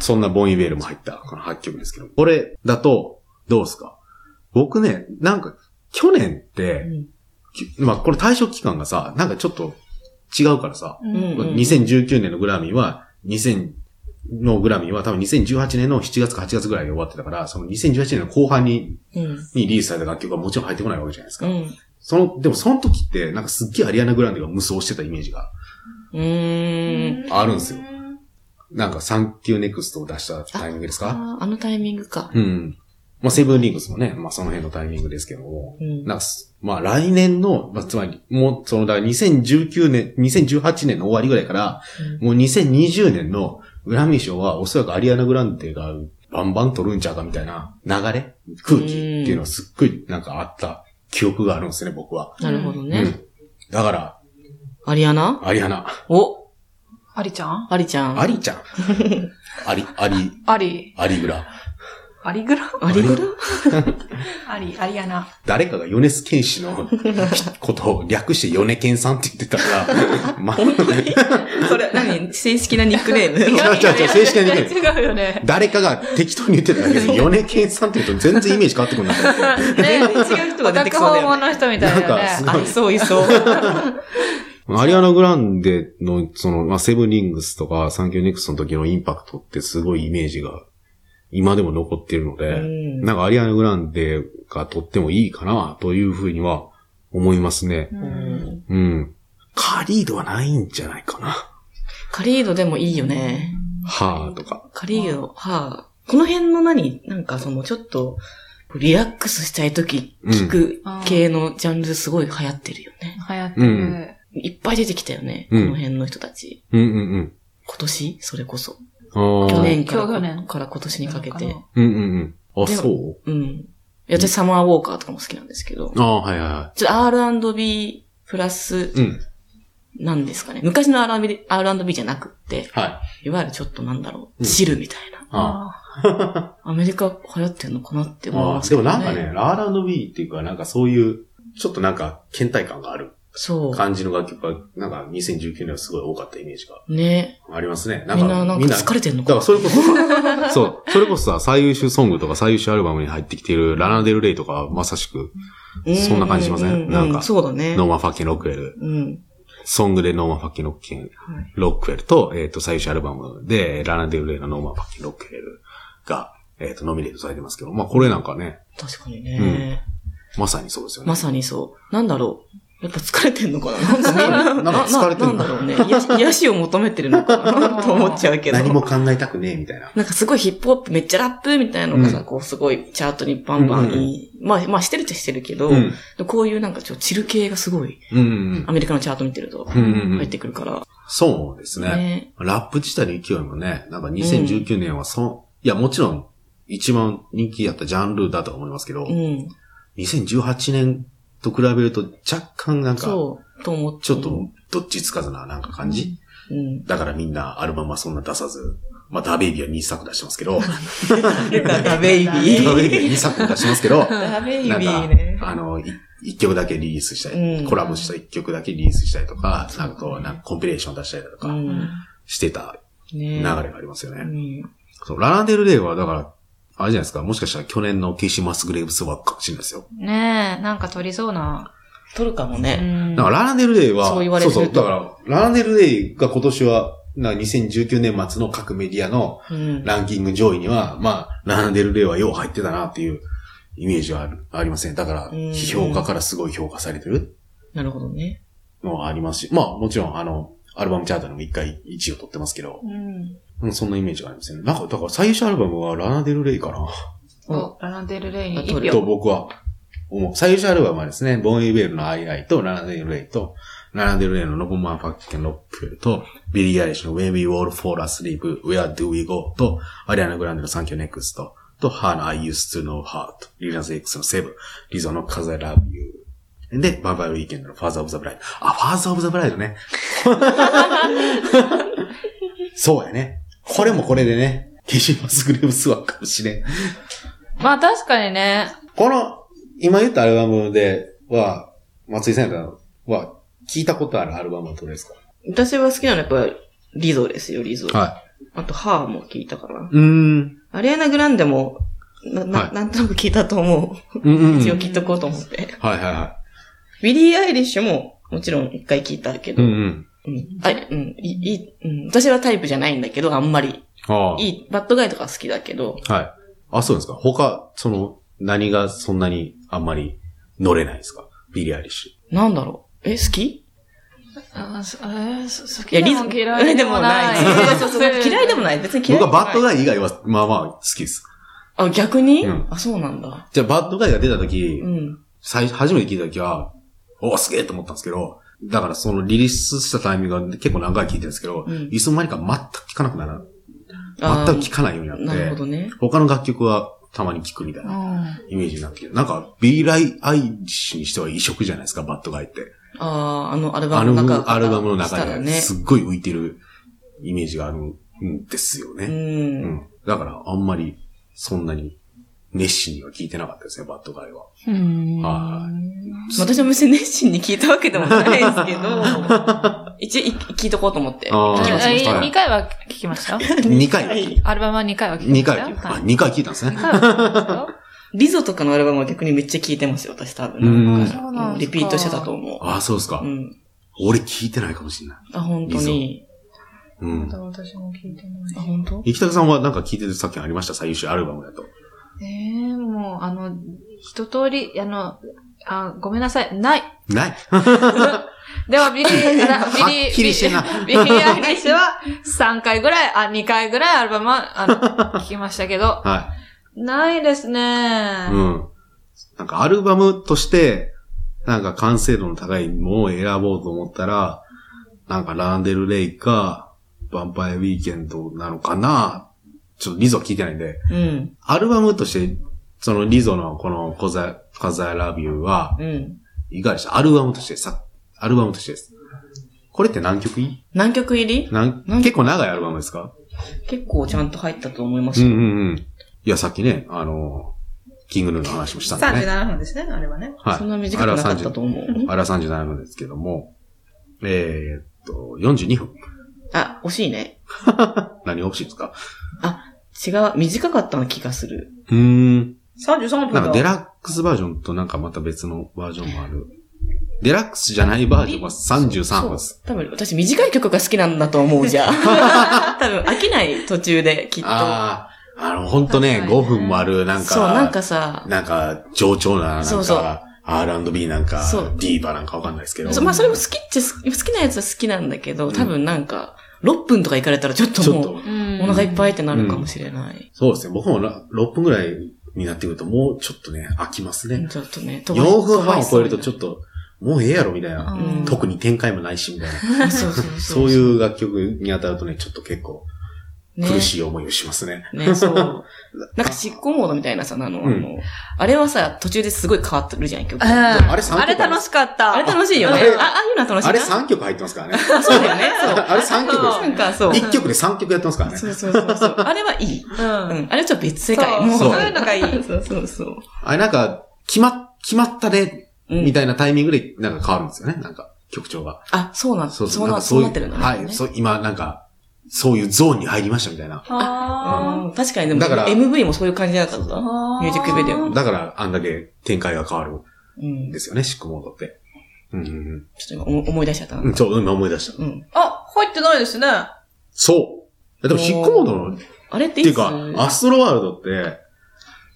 B: そんなボーイメールも入った、この8曲ですけど。これだと、どうですか僕ね、なんか、去年って、きまあ、これ対象期間がさ、なんかちょっと違うからさ、
D: うん
C: うん
B: 2019年のグラミーは、2000のグラミーは多分2018年の7月か8月ぐらいに終わってたから、その2018年の後半に
C: うん。
B: にリリースされた楽曲はもちろん入ってこないわけじゃないです
C: う
B: か。
C: ん。
B: その、でもその時って、なんかすっげえアリアナ・グランデが無双してたイメージが、
C: うーん。
B: あるんすよなんかサンキューネクストを出したタイミングですか
C: あーあのタイミングか。
B: うん。まあ、セブンリングスもね、まあ、その辺のタイミングですけども、
C: うん
B: なんかす、まあ、来年の、まあ、つまり、もう、その、だから2019年、2018年の終わりぐらいから、もう2020年のグラミー賞は、おそらくアリアナ・グランデがバンバン取るんちゃうかみたいな流れ空気っていうのはすっごいなんかあった記憶があるんですね、僕は。
C: なるほど
B: う
C: ね。
B: ん。だから、
C: アリアナ
B: アリアナ。
C: お
D: ありちゃん
C: アリちゃん。
B: アリちゃん。アリ、アリ、
D: あり。
B: アリグラ。
D: ありぐら
C: アリグラ
D: あり、ありやな。
B: 誰かがヨネスケン氏のことを略してヨネケンさんって言ってたから、まあ、
C: それ、何正式なニックネーム
B: 違う違う 正式なニック
D: 違うよね。
B: 誰かが適当に言ってただけで、ヨネケンさんって言うと全然イメージ変わってこない。
D: ね、
C: 全然違う人が出てきそうだよね
D: オタク訪問の人みたいだよね。
B: なんかすご
C: あ、いそういそう。
B: アリアナ・グランデの、その、まあ、セブンリングスとか、サンキューネクストの時のインパクトってすごいイメージが、今でも残ってるので、
C: うん
B: なんかアリアナ・グランデがとってもいいかな、というふうには思いますね。
C: うん
B: うん。カリードはないんじゃないかな。
C: カリードでもいいよね。
B: はーとか。
C: カリード、はあ、この辺の何なんかそのちょっと、リラックスしたい時聞く
D: うん
C: 系のジャンルすごい流行ってるよね。
D: 流行ってる。
C: いっぱい出てきたよね。
B: うん
C: この辺の人たち。
B: うんうんうん。
C: 今年それこそ。
B: あー
C: 去年から
D: 去年
C: から今年にかけて。
B: うんうんうん。あ、
C: でも
B: そう
C: うん。いや私サマーウォーカーとかも好きなんですけど。
B: ああ、はいはいは
C: ちょっと R&B プラス
B: い。うん。
C: なんですかね。昔の R&B R&B じゃなくって、
B: はい。
C: いわゆるちょっとなんだろ
B: う
C: う、
B: ん
C: チルみたいな。
B: あ
D: あ
C: アメリカ流行ってんのかなって思い
B: あ
C: ま
B: ー。
C: す
B: で
C: け
B: も
C: ど、ね。
B: なんかね、R&B っていうか、なんかそういう、ちょっとなんか、倦怠感がある
C: そ
B: 感じの楽曲が、なんか2019年はすごい多かったイメージが
C: う。ね。
B: ありますね。なん
C: み
B: か、
C: んななんか疲れてんの
B: だか
C: からな
B: それこそ、 そう、それこそさ、最優秀ソングとか最優秀アルバムに入ってきているララデルレイとかはまさしく、
C: う
B: そんな感じしません
C: うう
B: なんか
C: そうだね。
B: ノーマンファッキンロックウェル、
C: うん。
B: ソングでノーマンファッキンロッキン、
C: はい
B: ロックウェルと、えっ、と、最優秀アルバムで、ララデルレイのノーマンファッキンロックウェルが、えっ、と、ノミネートされてますけど、まあこれなんかね、
C: 確かにね、
B: まさにそうですよね。
C: まさにそう。なんだろう。やっぱ疲れてんのかななんか
B: なんか疲れて
C: な
B: る
C: んだろうね。癒し癒しを求めてるのかなと思っちゃうけ ど。
B: 何も考えたくねえみたいな。
C: なんかすごいヒップホップ、めっちゃラップみたいなのがさ、
B: うん
C: こうすごいチャートにバンバンいい。まあ、まあしてるっちゃしてるけど、
B: うん。
C: こういうなんかちょっとチル系がすごい、
B: うんうん
C: アメリカのチャート見てると、
B: うんうんうん
C: 入ってくるから。
B: そうですね。
C: ね。
B: ラップ自体の勢いもね、なんか2019年はそ、ういや、もちろん一番人気やったジャンルだとは思いますけど、
C: うん。
B: 2018年と比べると若干なんか、
C: そう、と思って。
B: ちょっとどっちつかずななんか感じ。
C: うん。
B: だからみんなアルバムはそんな出さず、まあダベイビーは2作出してますけ ど、
C: ダベイビ
B: ダベイ
C: ー。
B: ビーは2作出してますけ ど、
C: ダベイビ
B: なんか
C: ーね、。
B: あの、い一曲だけリリースしたり、
C: うん
B: コラボした一曲だけリリースしたりとか、なんかこう、なんかコンピレーション出したりだと
C: う
B: か
C: ん。
B: してた流
C: ね
B: れがありますよね。
C: うん。
B: そう、ララデルレイはだから、あれじゃないですか。もしかしたら去年のケイシー・マスグレーブスワークかもしれないですよ。
D: ねえ、なんか取りそうな。
C: 取るかも
D: う
C: ね。
D: ん
B: だからララデルデイは、
C: そう言われてると
B: そうそうだから、ララデルデイが今年は、な2019年末の各メディアの
C: うん。
B: ランキング上位には、まあ、ララデルデイはよう入ってたなっていうイメージはあるありません。だから、
C: うん
B: 批評家からすごい評価されてる
C: なるほどね。
B: のはありますし、まあ、もちろん、あの、アルバムチャートでも一回一位を取ってますけど、
D: うん。
B: うん、そんなイメージがありますね。なんか、だから最初アルバムはラナデルレイかな。
D: お、ラナデルレイに
C: あ取
D: 一
C: る
B: と
D: 票。
B: 僕は思う。最初アルバムはですね、ボン・イベルのアイアイとラナデルレイと、ラナデルレイのロボマン・ファッケン・ロックフェルと、ビリー・アイリッシュの When We All Fall Asleep, Where Do We Go と、アリアナ・グランデのサンキュー・ネクストと、ハーの I Used to Know Heart、リーナス・エクスのセブン、リゾの Cause I Love You。で、バンバイウィーケンドのファーザーオブザブライド。あ、ファーザーオブザブライドね。そうやね。これもこれでね、ケシマスグレーブスワーかもしれん。
D: まあ確かにね。
B: この、今言ったアルバムでは、松井さんやったのは、聞いたことあるアルバムはどれです
C: 私は好きなのはやっぱリゾですよ、リゾ。
B: かは
C: あと、ハーも聞いたから。
B: い。うーん。
C: アリアナ・グランデも、な、な、
B: はい
C: なんとなく聞いたと思
B: うんう
C: う。
B: ん
C: 一応聞いとこうと思って。
B: はいはいは
C: ビリー・アイリッシュも、もちろん一回聞いたけ
B: い。
C: ど、
B: ん。
C: うん。あ、うん、いいい、うん。私はタイプじゃないんだけど、あんまり。
B: あ
C: いい、バッドガイとか好きだけど、
B: あ。はい。あ、そうですか。他、その、何がそんなにあんまり乗れないですかビリー・アイリッシ
C: なんだろう。え、好き
D: あ、そえー、そ好
C: いや、リズ
D: も嫌 い
C: でもない。そうそうそう嫌いでも
D: い。。
C: ない。別に
B: ュ。
C: 嫌い
B: 僕
C: で
B: は
C: もない。
B: バッドガイ以外は、まあまあ好きです。
C: あ、逆に、
B: うん
C: あ、そうなんだ。
B: じゃあ、バッドガイが出た時
C: うん。
B: 最初、初めて聞いた時は、おーすげえと思ったんですけど、だからそのリリースしたタイミングが結構何回聞いてるんですけど、
C: うん
B: いつの間にか全く聞かなくなる。
C: あー
B: 全く聞かないようになって。
C: なるほどね。
B: 他の楽曲はたまに聞くみたいうなんイメージになってきて、なんか、ビーライ・アイリッシュにしては異色じゃないですか、バッドガイって。
C: ああ、あのアルバ
B: ア
C: ム
B: ル
C: の中
B: バムアルバムの
C: したら
B: 中で、
C: ね。
B: すっごい浮いてるイメージがあるんですよ
C: う。
B: ね。うんん。だから、あんまり、そんなに、熱心には聞いてなかったですね、バッドガイ は。
D: うん。
B: は
C: 私も別に熱心に聞いたわけでもないですけ ど、一応い聞いとこうと思って。
B: あー
C: 聞きま
B: はい
C: し
D: え
C: た
D: ー二回は聞き ました
B: 2回は聞いた。
D: アルバムは2回は聞きま
B: 2
D: した
B: 回は聞いた。あ、
D: はい
B: 2回聞いたんですね
D: 二。回は聞きましたよ
C: リゾとかのアルバムは逆にめっちゃ聞いてますよ、私多
B: う
C: 分。
D: あ
B: ん。
D: そうなんですか
C: リピートしてたと思
B: あ、そうですか
C: う。う。ん。
B: 俺聞いてないかもしれない。
C: あ、本当に。
B: う
D: ま
B: ん
D: だ。私も聞いてない
C: あ、。本当？
B: 生田さんはなんか聞いてる作品ありました最終アルバムだと。
D: ええもう、あの、一通り、あの、あ、ごめんなさい、ない。
B: ない。
D: では、ビリー、あビ リ
B: はっ
D: ー、
B: き
D: ビリ
B: りしてな
D: ー、ビリーアイリッシュは3回ぐらい、あ、2回ぐらいアルバムは、あの、聞きましたけど、
B: はい。
D: ないですね。
B: うん。なんかアルバムとして、なんか完成度の高いものを選ぼうと思ったら、なんかランデルレイか、ヴァンパイアウィーケンドなのかなちょっとリゾ聞いてないんで、
C: うん。
B: アルバムとして、そのリゾのこのコザ、カザイラビューは、
C: うん。
B: いかがでしたアルバムとしてさ、アルバムとしてです。これって何曲い
C: 何曲入り
B: 何
C: 何曲
B: 結構長いアルバムですか
C: 結構ちゃんと入ったと思いま
B: う
C: す
B: んう
C: よ。
B: んうん。いや、さっきね、あの、キングヌーの話もしたんでね。
A: 37分ですね、あれはね。
B: はい。
C: そんな短くなかったと思う。
B: あら37分ですけども、えーっと、42分。
C: あ、惜しいね。
B: 何が欲しいですか
C: 違う、短かった気がする。
B: うーん。
A: 33分
B: なん
A: だ。
B: かデラックスバージョンとなんかまた別のバージョンもある。デラックスじゃないバージョンは33分です。
C: そう多分、私短い曲が好きなんだと思うじゃ ん。多分、飽きない途中で、きっと。
B: ああ、あの、ほんとね、
D: 確かに
B: 5
D: ね
B: 分もある、なんか、
C: そう、なんかさ、
B: なんか上調な、なんか、
C: そうそう
B: R&B なんか
C: そう、
B: ディーバなんかわかんないですけど。
C: そうまあ、それも好きっちゃ好き、好きなやつは好きなんだけど、多分なんか、6分とか行かれたらちょっと
B: ちょっ
C: もう、
B: と、
D: うん
C: お腹いっぱいってなるかもしれない。
B: そうですね。僕もな6分ぐらいになってくるともうちょっとね、飽きますね。
C: ちょっとね、
B: 4分半を超えるとちょっと、もうええやろみたいな。
C: うん
B: 特に展開もないし、みたいな。
C: と、 そうそうそ う
B: そういう楽曲に当たるとね、ちょっと結構苦しい思いをしますね。
C: い。ね、そう。なんか、執行モードみたいなさ、あの、あの
B: うん
C: あれはさ、途中ですごい変わってるじゃん、曲。
D: うん
C: あ
B: あれ三
D: あれ楽しかった。
C: れ楽しいよね。
B: あれ
C: あ、ああいうのは楽しいな。
B: あれ3曲入ってますからね。
C: そうだよね。そう。
B: あれ3曲
D: そう
C: なんかそう。
B: です。1曲で3曲やってますからね
C: そ。うそうそうそう。あれはいい。
D: う。
C: うんん。あれはちょっと別世界。
D: そう
C: も
B: そう
D: そういうのがいい
C: そうそうそう。
B: あれなんか、決ま、決まったね、
C: うん
B: みたいなタイミングでなんか変わるんですよね。なんか、曲調が。
C: あ、そうなん
B: そ
C: そうう
B: そう。
C: なん
B: か
C: そうなってるんだね。
B: はい。そう、今なんか、そういうゾーンに入りましたみたいな。
D: あ
C: うん確かにでも、
B: だから
C: MV もそういう感じじゃなかった。
D: あ
C: ミュージックビデオ
B: だから、あんだけ展開が変わる
C: うん。
B: ん
C: ちょ
B: ですよね、シックモードって。うんうん
C: っと今思思い出しちゃったな。
B: うん。うん、そう、今思い出した。
C: うん。
D: あ、入ってないですね。あ
B: そう。でも、シックモードの、っ
C: あれって
B: て
C: いつ
B: いうか、アストロワールドって、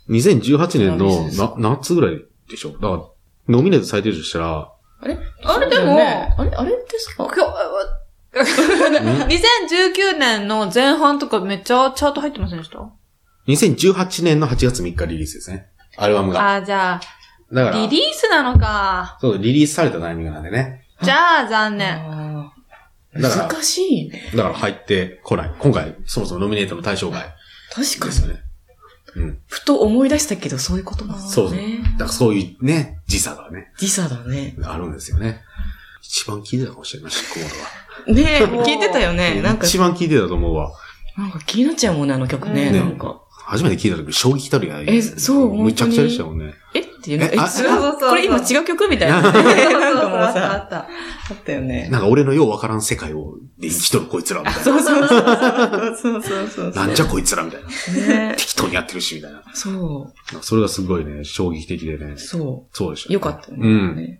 B: 2018年
C: 何です
B: のな夏ぐらいでしょだから、ノミネートされてるとしたら、
C: あれ
D: れで
C: そうだ
D: も、
C: よねあれあれですか
D: 今日、ああ2019年の前半とかめっちゃチャート入ってませんでした
B: 2018年の8月3日リリースですね。アルバムが。
D: あー、じゃ
B: だか
D: あ、
B: ら、
D: リリースなのか。
B: そう、リリースされたタイミングなんでね。
D: じゃあ、残念。
C: あー
B: だから
C: 難しいね。
B: だから入ってこない。今回、そもそもノミネートの対象外
C: 確か
B: で
C: に
B: す。よね。
C: ふと思い出したけど、そういうことなんだ
B: そう
C: ね。
B: だからそういうね、時差がね、
C: 時差だね。
B: あるんですよね。一番聞いてたかもしれない、シックモードは。
C: ねえ、
D: もう
C: 聞いてたよね。なんか、
B: 一番聞いてたと思うわ。
C: なんか気になっちゃうもんね、あの曲ね。
B: ね
C: なんか、
B: 初めて聞いた時、衝撃たるや
C: えそう
B: むちゃくちゃでしたもんね。
C: えっていうの、
B: えあ
C: え、違
D: そうそうそう
C: う、これ今違う曲みたいな。
D: そ う
C: なん
D: そう
C: か
D: そう
C: もう
D: あったあ
C: さ、
D: った。
C: あったよね。
B: なんか俺のようわからん世界を、で生きとるこいつらみたいな。
C: そうそうそうそうそうそうそ
B: なんじゃこいつらみたいな。
C: う。ね
B: 適当にやってるし、みたいな。
C: そ
B: なんかそれがすごいね、衝撃的でね
C: う、。そ
B: そうでした、
C: う。よかったね。
B: うん。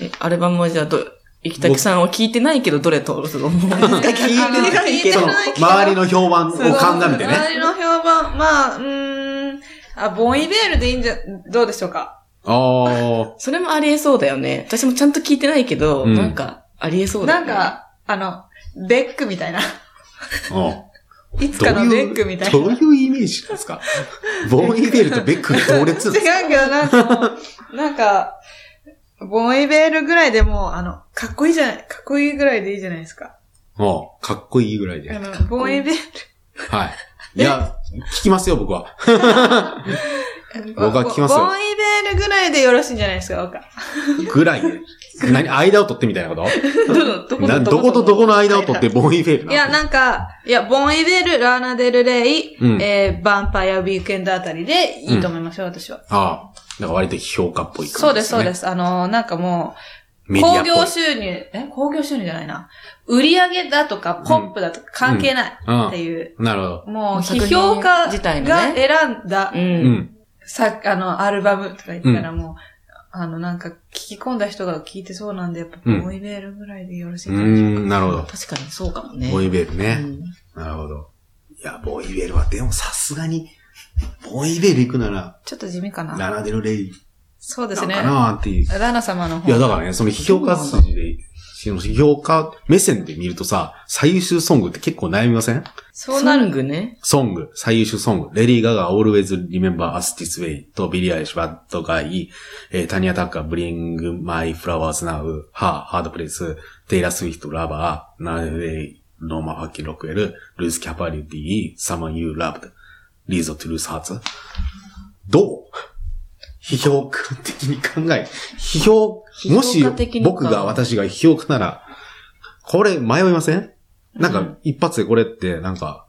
C: え、アルバムはじゃあ、ど、行きたくさんは聞いてないけど、どれ通ると思う
B: 聞いてないけど、その周りの評判を鑑みてね。
D: 周りの評判、まあ、うーん。あ、ボンイベールでいいんじゃ、どうでしょうか。
B: ああ。
C: それもありえそうだよね。私もちゃんと聞いてないけど、
B: うん
C: なんか、ありえそうだ
D: な
C: よ
D: ん
C: ね。、
D: か、あの、ベックみたいな。
B: うん
D: いつかのベックみたいな。
B: どういうイメージなんですかボーイベールとベックが同列なん
D: 違
B: ですか
D: うけど、なんかもう、なんか、ボンイベールぐらいでもう、あの、かっこいいじゃない、かっこいいぐらいでいいじゃないですか。
B: うんかっこいいぐらいで。は
D: あの、ボンイベー
B: い。いや、聞きますよ、僕は。
D: ル。
B: 僕は聞きますよ
D: ボンイベールぐらいでよろしいんじゃないですか、 僕は
B: ぐらいで。何間を取ってみたいなこと
C: どこ
B: などことどこの間を取ってボーイベール
D: い
B: な
D: や、
B: の
D: なんか、いや、ボンイベール、ラーナデルレイ、
B: うん
D: えー、バンパイアウィークエンドあたりでいいと思いますよ、私は。
B: ああ。なんか割と評価っぽい感じ、ね。。
D: そうです、そうですす。あのー、なんかもう、
B: メディアっ
D: 工
B: ぽ
D: 業
B: い。
D: 収入、え工業収入じゃないな。売り上げだとか、ポップだとか、関係ないっていう、
B: なるほど。
D: もう、
C: 作品
D: 批評家
C: 自体の
D: が
C: ね。
D: 選んだ
C: う、。
B: うんん。
D: さ、あの、アルバムとか言ったらもう、あの、なんか、聞き込んだ人が聞いてそうなんで、やっぱ、
B: うん
D: ボイメールぐらいでよろしいうんじゃないでしょうか
B: ん、なるほど。
C: 確かにそうかもね。
B: ボーイベール
C: う
B: ね。
C: ん
B: なるほど。いや、ボーイベールは、でもさすがに、ボーイベール行くなら、
D: ちょっと地味かな。
B: ラナデルレイ
D: そうで
B: な
D: す
B: の
D: ね。
B: かなっていう。
D: ラナ様の方。
B: いや、だからね、その批評家筋で、その批評家目線で見るとさ、最優秀ソングって結構悩みません
D: そうな
C: ソン
D: る。
C: グね。
B: ソング、最優秀ソング、レディー・ガガ、Always Remember Us This Way と、ビリー・アイリッシュ、バッド・ガイ、えータニア・タッカー、Bring My Flowers Now、ハー、ハードプレイス、テイラー・スウィフト、ラバー、ナーウェイ、ノーマ・ファッキン・ロックウェル、ルイス・キャパリティ、サマン・ユー・ラブ、リーゾ・トゥルース・ハーツ。どう批評家的に考え、批評、もし
C: 批評家的にか
B: 僕が、私が批評家なら、これ迷いませんなんか、一発でこれって、なんか、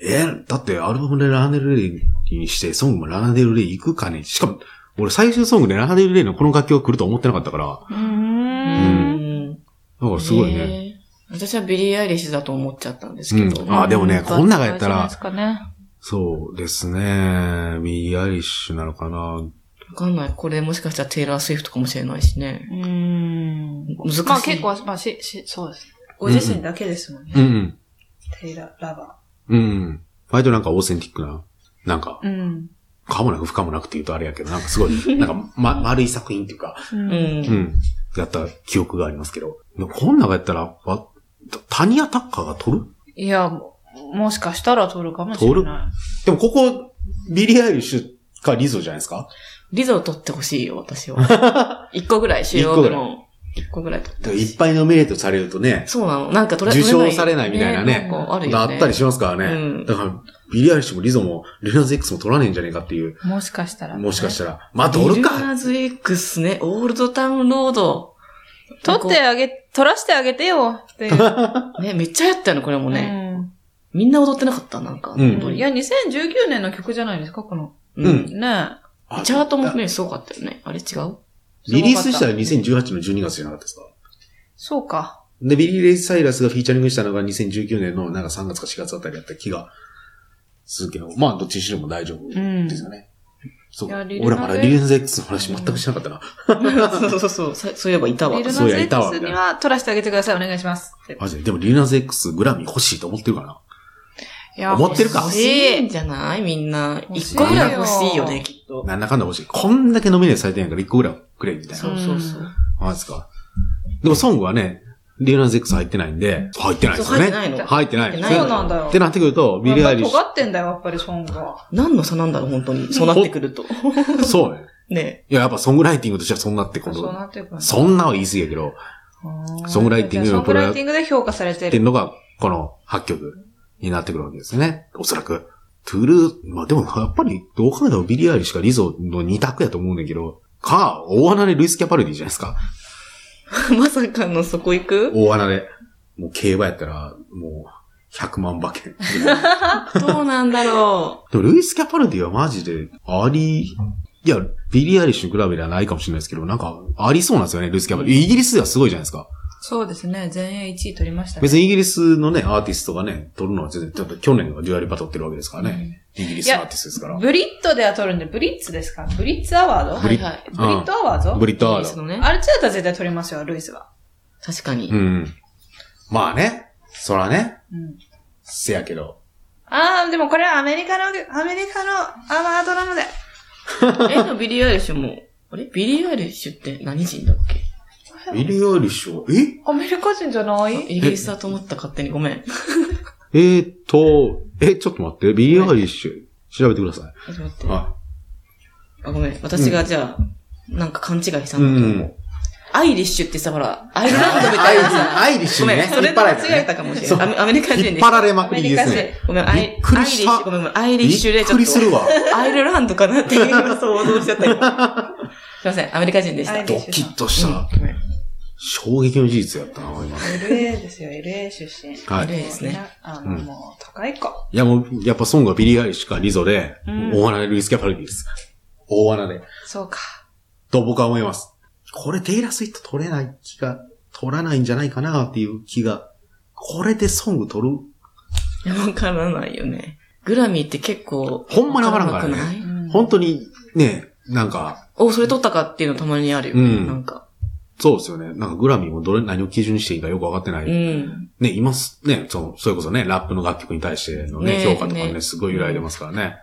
B: えーだってアルバムでラーネルレイにして、ソングもラーネルレイ行くかねしかも、俺最終ソングでラーネルレイのこの楽曲が来ると思ってなかったから、
D: うー。
C: うん
B: だからすごいね。
C: えー私はビリー・アイリッシュだと思っちゃったんですけど。
B: うんあでもねこん中やったら
D: そうですかね。
B: そうですね。ビリー・アイリッシュなのかな。
C: わかんない。これもしかしたらテイラー・スウィフトかもしれないしね。
D: うーん。
C: 難しい。
D: まあ結構、まあし、し、そうです。ご自身だけですもんね。
B: うん
D: テイラー、ラバ
B: うん。うん。割となんかオーセンティックな、なんか、
D: ー。うん。
B: かもなく不可もなくって言うとあれやけど、なんかすごい、なんか、ま、丸い作品っていうか、
D: う。
C: うん。
B: うんん。やった記憶がありますけど。でもこん中やったら、わタニア・タッカーが撮る
D: いや、ももしかしたら撮るかもしれな
B: でもここ、ビリー・アイリッシュかリゾじゃないですか
C: リゾを取ってほしいよ、私は。 一個ぐらい、主要部門。一個ぐらい取って
B: で
C: ほ
B: も
C: し
B: いっ
C: い。
B: ぱいノミネートされるとね、
C: そうなのなんか取れ
B: 受賞されないみたいなね
C: なんかある
B: が
C: よ
B: あ
C: ね。
B: ったりしますからね。
C: うん
B: だから、ビリー・アイリッシュもリゾも、ルナズ X も取らねえんじゃねえかっていう、
D: い。もしかしたら。
B: もしかしたたら、まあ取る
C: ビルナ
B: か
C: ーズ X ね、オールドタウンロード。
D: ら。撮ってあげ、撮らせてあげてよ。っていう。
C: ね、めっちゃやったよね、これもね。
D: うん
C: みんな踊ってなかった、なんか。
B: うん
C: 踊
D: い
C: り
D: や、2019年の曲じゃないですか、この。
B: う
C: うんん。
D: ね
B: あ
C: チャートもね、すごか ったよね。あれ違う
B: リリースしたら2018の12月じゃなかったですか
D: そうか。
B: で、ビリー・レイ・サイラスがフィーチャリングしたのが2019年のなんか3月か4月あたりだった気がするけど、まあ、どっちにしろも大丈夫ですよね。そう。
D: いやリ
B: 俺
D: ルナ
B: まだリルナゼックスの話全くしなかったな。
C: そうそうそうそう。そういえばいたわ
D: ビ。ル
B: そ
D: ノ
B: う
D: ゼ
B: やいた
D: ッ
B: わ
D: クスには取らせてあげてください。お願いします。
B: マジで。でもリルナゼックスグラミー欲しいと思ってるからな。
D: いや
B: 思ってるか
C: 欲
D: 欲
C: し
D: し
C: いん
D: い。
C: じゃないみんな。
D: 欲し
C: 一
D: いよ
C: 個ぐらい欲しいよね、きっと。
B: なんだかんだ欲しい。こんだけノミネートされてんやから1個ぐらいくれ、みたい
C: そ
B: な。
C: うそうそう。
B: マジですか。でもソングはね、リルナゼックス入ってないんで、入ってないですよね。
C: そう入ってないの
B: 入ってないですね。
D: そうなんだよ
B: ってなってくると、ビリー・アイリッシ
D: 尖ってんだよ、やっぱりソングは。
C: 何の差なんだろう、本当に。そうなってくると。
B: ュ。そうね。
C: ね
B: いや、やっぱソングライティングとしてはそんなってこ
D: そう
B: と。
D: なってくる。
B: そんなは言い過ぎやけど、
D: うん
B: ソングライティング
D: ソ
B: の
D: ングライティングで評価されて
B: っていう
D: る。
B: のが、この8曲になってくるわけですね。おそらく。トゥルー、まあでもやっぱり、どう考えてもビリー・アイリッシュかリゾの2択やと思うんだけど、か、大穴でルイス・キャパルディじゃないですか。
C: え。まさかのそこ行く
B: 大穴で。もう競馬やったら、もう、100万馬券。
C: どうなんだろ
B: でもルイス・キャパルディはマジで、あり、いや、ビリー・アイリッシュに比べではないかもしれないですけど、なんか、ありそうなんですよね、ルイス・キャパルディ。イギリスではすごいじゃないですか。
D: そうですね。全英1位取りましたね。
B: 別にイギリスのね、アーティストがね、取るのは全然、だって去年がデュアリパ取ってるわけですからね。イギリスのアーティストですから。
D: ブリットでは取るんで、ブリッツですかブリッツアワー
C: う。
D: ド
B: ブ
D: は
B: リ
D: い
C: はいはい。
D: ブリットアワード
B: ブリットアー
C: イギリス
B: ド。
C: のね。
D: あれちだったら絶対取りますよ、ルイスは。
C: 確かに
B: う。ん。まあね、そらね、
D: うん。
B: せやけど。
D: ああ、でもこれはアメリカの、アメリカのアワードなので。
C: え、でもビリー・アイリッシュも、あれビリー・アイリッシュって何人だっけ
B: ビリー・アイリッシュは、え
D: アメリカ人じゃな
C: あ
D: い
C: イギリスだと思った勝手にごめん。
B: えーっと、え、ちょっと待って、ビリー・アイリッシュ、調べてくださ
C: えちょっと待っ
B: い。
C: て。あ、
B: は
C: ごめん。私がじゃあ、なんか勘違いした
B: い。うん
C: だと
B: ん
C: 思う。。アイリッシュってさ、ほら、アイルランドみた
B: ア
C: い
B: イリ
C: な
B: ッシュ
C: さ。
B: アイリッシ
C: ご
B: ュに
C: め
B: ね、
C: ん、それ
B: 引っ
C: で
B: 張られ
C: 間
B: たね
C: 違えたかもしれ
B: そう
C: ない。アメアメリカ人で
B: 引っ張られまくりですね。
C: ごめん、アイ
B: びっくりした
C: アイリッシュごめんごめん、アイリッ
B: び
C: シュで
B: っ
C: ちょ
B: く
C: っ
B: りする わ。
C: と、アイルランドかなっていう今想像しちゃったよ。 すいません、アメリカ人でした。
D: アイリ
B: ド
D: ッシュ
B: キッとした、
C: ごめん
B: 衝撃の事実やったな、今。
D: LA ですよ、LA 出身。
B: はい。
C: LA ですね。
D: あ
B: の
D: の、
B: うん
D: もう、高い子。
B: いや、もう、やっぱソングはビリー・アイリッシュかリゾで、
D: うん
B: 大穴でルイス・キャパルディです。大穴で。
D: そうか。
B: と僕は思います。これテイラー・スイット取れない気が、取らないんじゃないかなっていう気が。これでソング取る
C: いやわからないよね。グラミーって結構、
B: ほんまにわからんからね
C: わない
B: 本当に、ね、なんか、
C: お、それ取ったかっていうのたまにあるよ。
B: うん
C: なんか。
B: そうですよね。なんかグラミーもどれ、何を基準にしていいかよくわかってない。
C: うん。
B: ね、今す、ね、その、それこそね、ラップの楽曲に対してのね、
C: ね
B: 評価とかね
C: ね
B: すごい揺らいでますからね。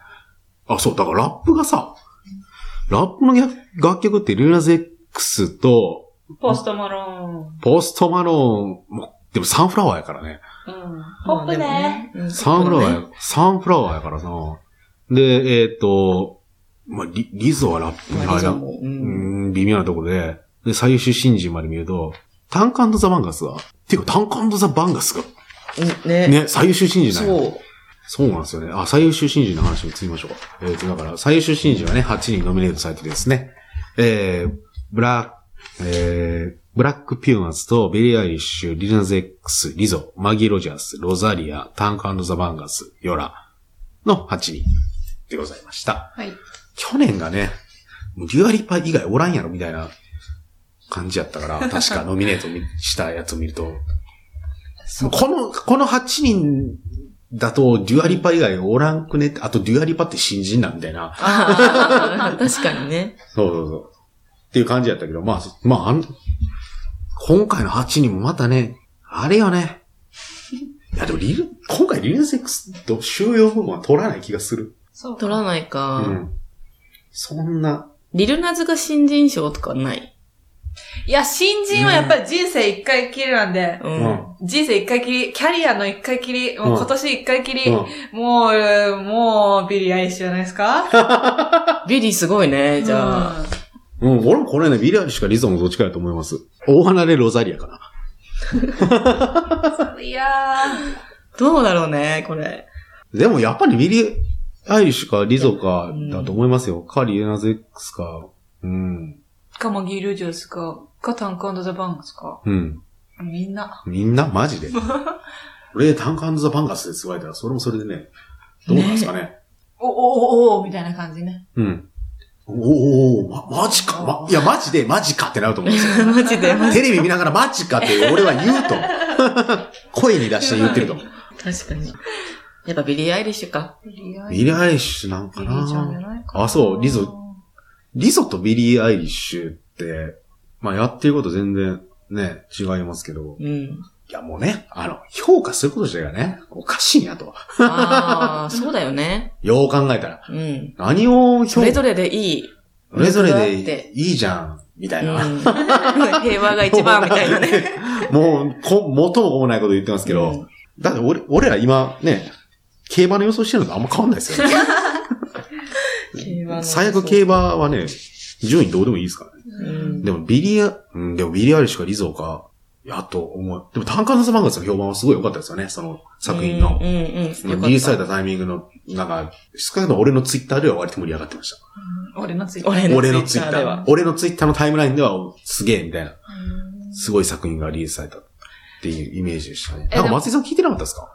B: あ、そう、だからラップがさ、ラップの楽楽曲ってルーナゼックスと、
D: ポストマロ
B: ポストマローン、もでもサンフラワーやからね。
D: ーン。うん。ポップね。
C: うん。
B: サンフラワー
C: ポップね
B: や、サンフラワーやからな。で、えっ、と、まあ、リ、リゾはラップに
C: まあリゾ
B: 入
C: もう
B: うんん、微妙なところで、で、最優秀新人まで見ると、タンカンドザ・バンガスは、ていうか、タンカンドザ・バンガスが、
C: うんね。
B: ね、最優秀新人なんや
C: そう。
B: そうなんですよね。あ、最優秀新人の話に移りましょうか。えっ、と、だから、最優秀新人はね、8人ノミネートされてですね。えー、ブラ、えー、ブラックピューマンズとビリー・アイリッシュ、リルナゼックス、リゾ、マギー・ロジャース、ロザリア、タンクザ・バンガス、ヨラの8人でございました。
D: はい。
B: 去年がね、もうデュアリパ以外おらんやろみたいな感じやったから、確かノミネートみしたやつを見ると、
D: そう
B: この、この8人だと、デュアリパ以外おらんくねって、あとデュアリパって新人なんみたいな。
C: ああ、 確かにね。
B: そうそうそう。っていう感じやったけど、まあ、そまあ、あの、今回の8人もまたね、あれよ ね。いや、でもリル、今回リルセックスと収容部分は取らない気がする。
D: そう
C: 取らないか。
B: うん。そんな、
C: リルナズが新人賞とかない。
D: いや、新人はやっぱり人生一回きりなんで、
C: う。
B: うんん。
D: 人生一回きり、キャリアの一回きり、
B: う
D: も
B: ん
D: う今年一回きり、
B: うん
D: もうえー、もう、ビリーアイリッシュじゃないですか
C: ビリーすごいね、じゃあ。
D: あ。
B: うん、俺もこれね、ビリアリッシュかリゾもどっちかやと思います。大花でロザリアかな。
D: いやー。
C: どうだろうね、これ。
B: でもやっぱりビリーアイリッシュかリゾかだと思いますよ。カリエナゼックスか。うん。
D: かもギールジュースか、かタンクザバンクスか。
B: うん。
D: みんな。
B: みんなマジで。俺、タンクザ・バンガスで使われたら、それもそれでね、どうなんですかね。
D: お、お、お、お、みたいな感じね。
B: うん。おーおーま、マジか、ま、いや、マジで、マジかってなると思うんですよ。
C: マジで、マジ
B: テレビ見ながら マジかって俺は言うと。 声に出して言って ると。
C: 確かに。やっぱビリー・アイリッシュか。
B: ビリー・アイリッシュなんかなあそうリゾ。リゾとビリー・アイリッシュって、まあやってること全然ね、違いますけど。
C: うん。
B: いやもうね、あの、評価すること自体がね、おかしいんやと。
C: ああ、そうだよね。
B: よう考えたら。
C: うん。
B: 何を評
C: そ
B: 価
C: れ、ぞれでいい。
B: それぞれ
C: 魅力があっ
B: で
C: て
B: いいじゃん、みた
C: う
B: いな。
C: ん、 平和が一番みたいなね。
B: もう、こ、元も子もないこと言ってますけど。
C: うん
B: だって俺、俺ら今ね、競馬の予想してるのとあんま変わんないですよね。
C: 平和の
B: 最悪競馬はね、順位どうでもいいですからね。
C: うん
B: でもビリア、うん、でもビリアリッシュかリゾーか、やと思う。でも単価の漫画の評判はすごい良かったですよね、その作品の
C: う。んうんうん。よか
B: リリースされ
C: った
B: タイミングの、なんか、少なくとも俺のツイッターでは割と盛り上がってました。
D: 俺のツイッ
C: た。
D: ター。
C: 俺
B: 俺
C: の 俺
B: の
C: の
B: ツ
C: ツ
B: イ
C: イ
B: ッタ
C: ッター
B: ー
C: では。。
B: 俺のツイッターのタイムラインでは、すげえ、みたいな。
D: うん
B: すごい作品がリリースされたっていうイメージでしたね。な
D: え
B: ん
D: で
B: か
D: も
B: 松井さん聞いてなかったですか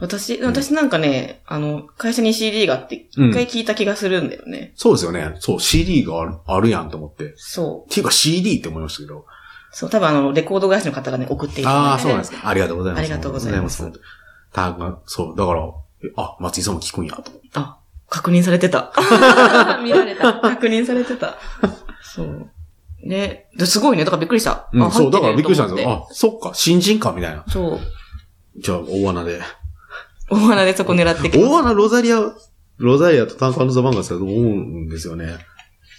C: 私、
B: ん
C: 私なんかね、あの、会社に CD があって、
B: うん
C: 一回聞いた気がするんだよね。
B: そうですよね。そう、CD があるあるやんと思って。っ
C: そう。
B: ていうか CD って思いましたけど。
C: そう、多分あの、レコード会社の方がね、送っていた
B: あ
C: だ
B: あ、
C: い
B: そうなんですか。ありがとうございます。
C: ありがとうございます
B: ありがとうございます。たぶんそう、だから、えあ、松井さんも聞くんや、と思って。
C: てあ、確認されてた。
D: 見ら れた。
C: 確認されてた。そう。ね、ですごいね。だからびっくりした。
B: うん、
C: あ
B: そう、だからびっくりしたんです。
C: 入
B: よ。あ、そっか、新人か、みたいな。
C: てると思って
B: じゃあ、大穴で。
C: そう。大穴でそこ狙ってき
B: 大
C: た。
B: 穴、ロザリア、ロザリアとタンカンザバンガスだと思うんですよね。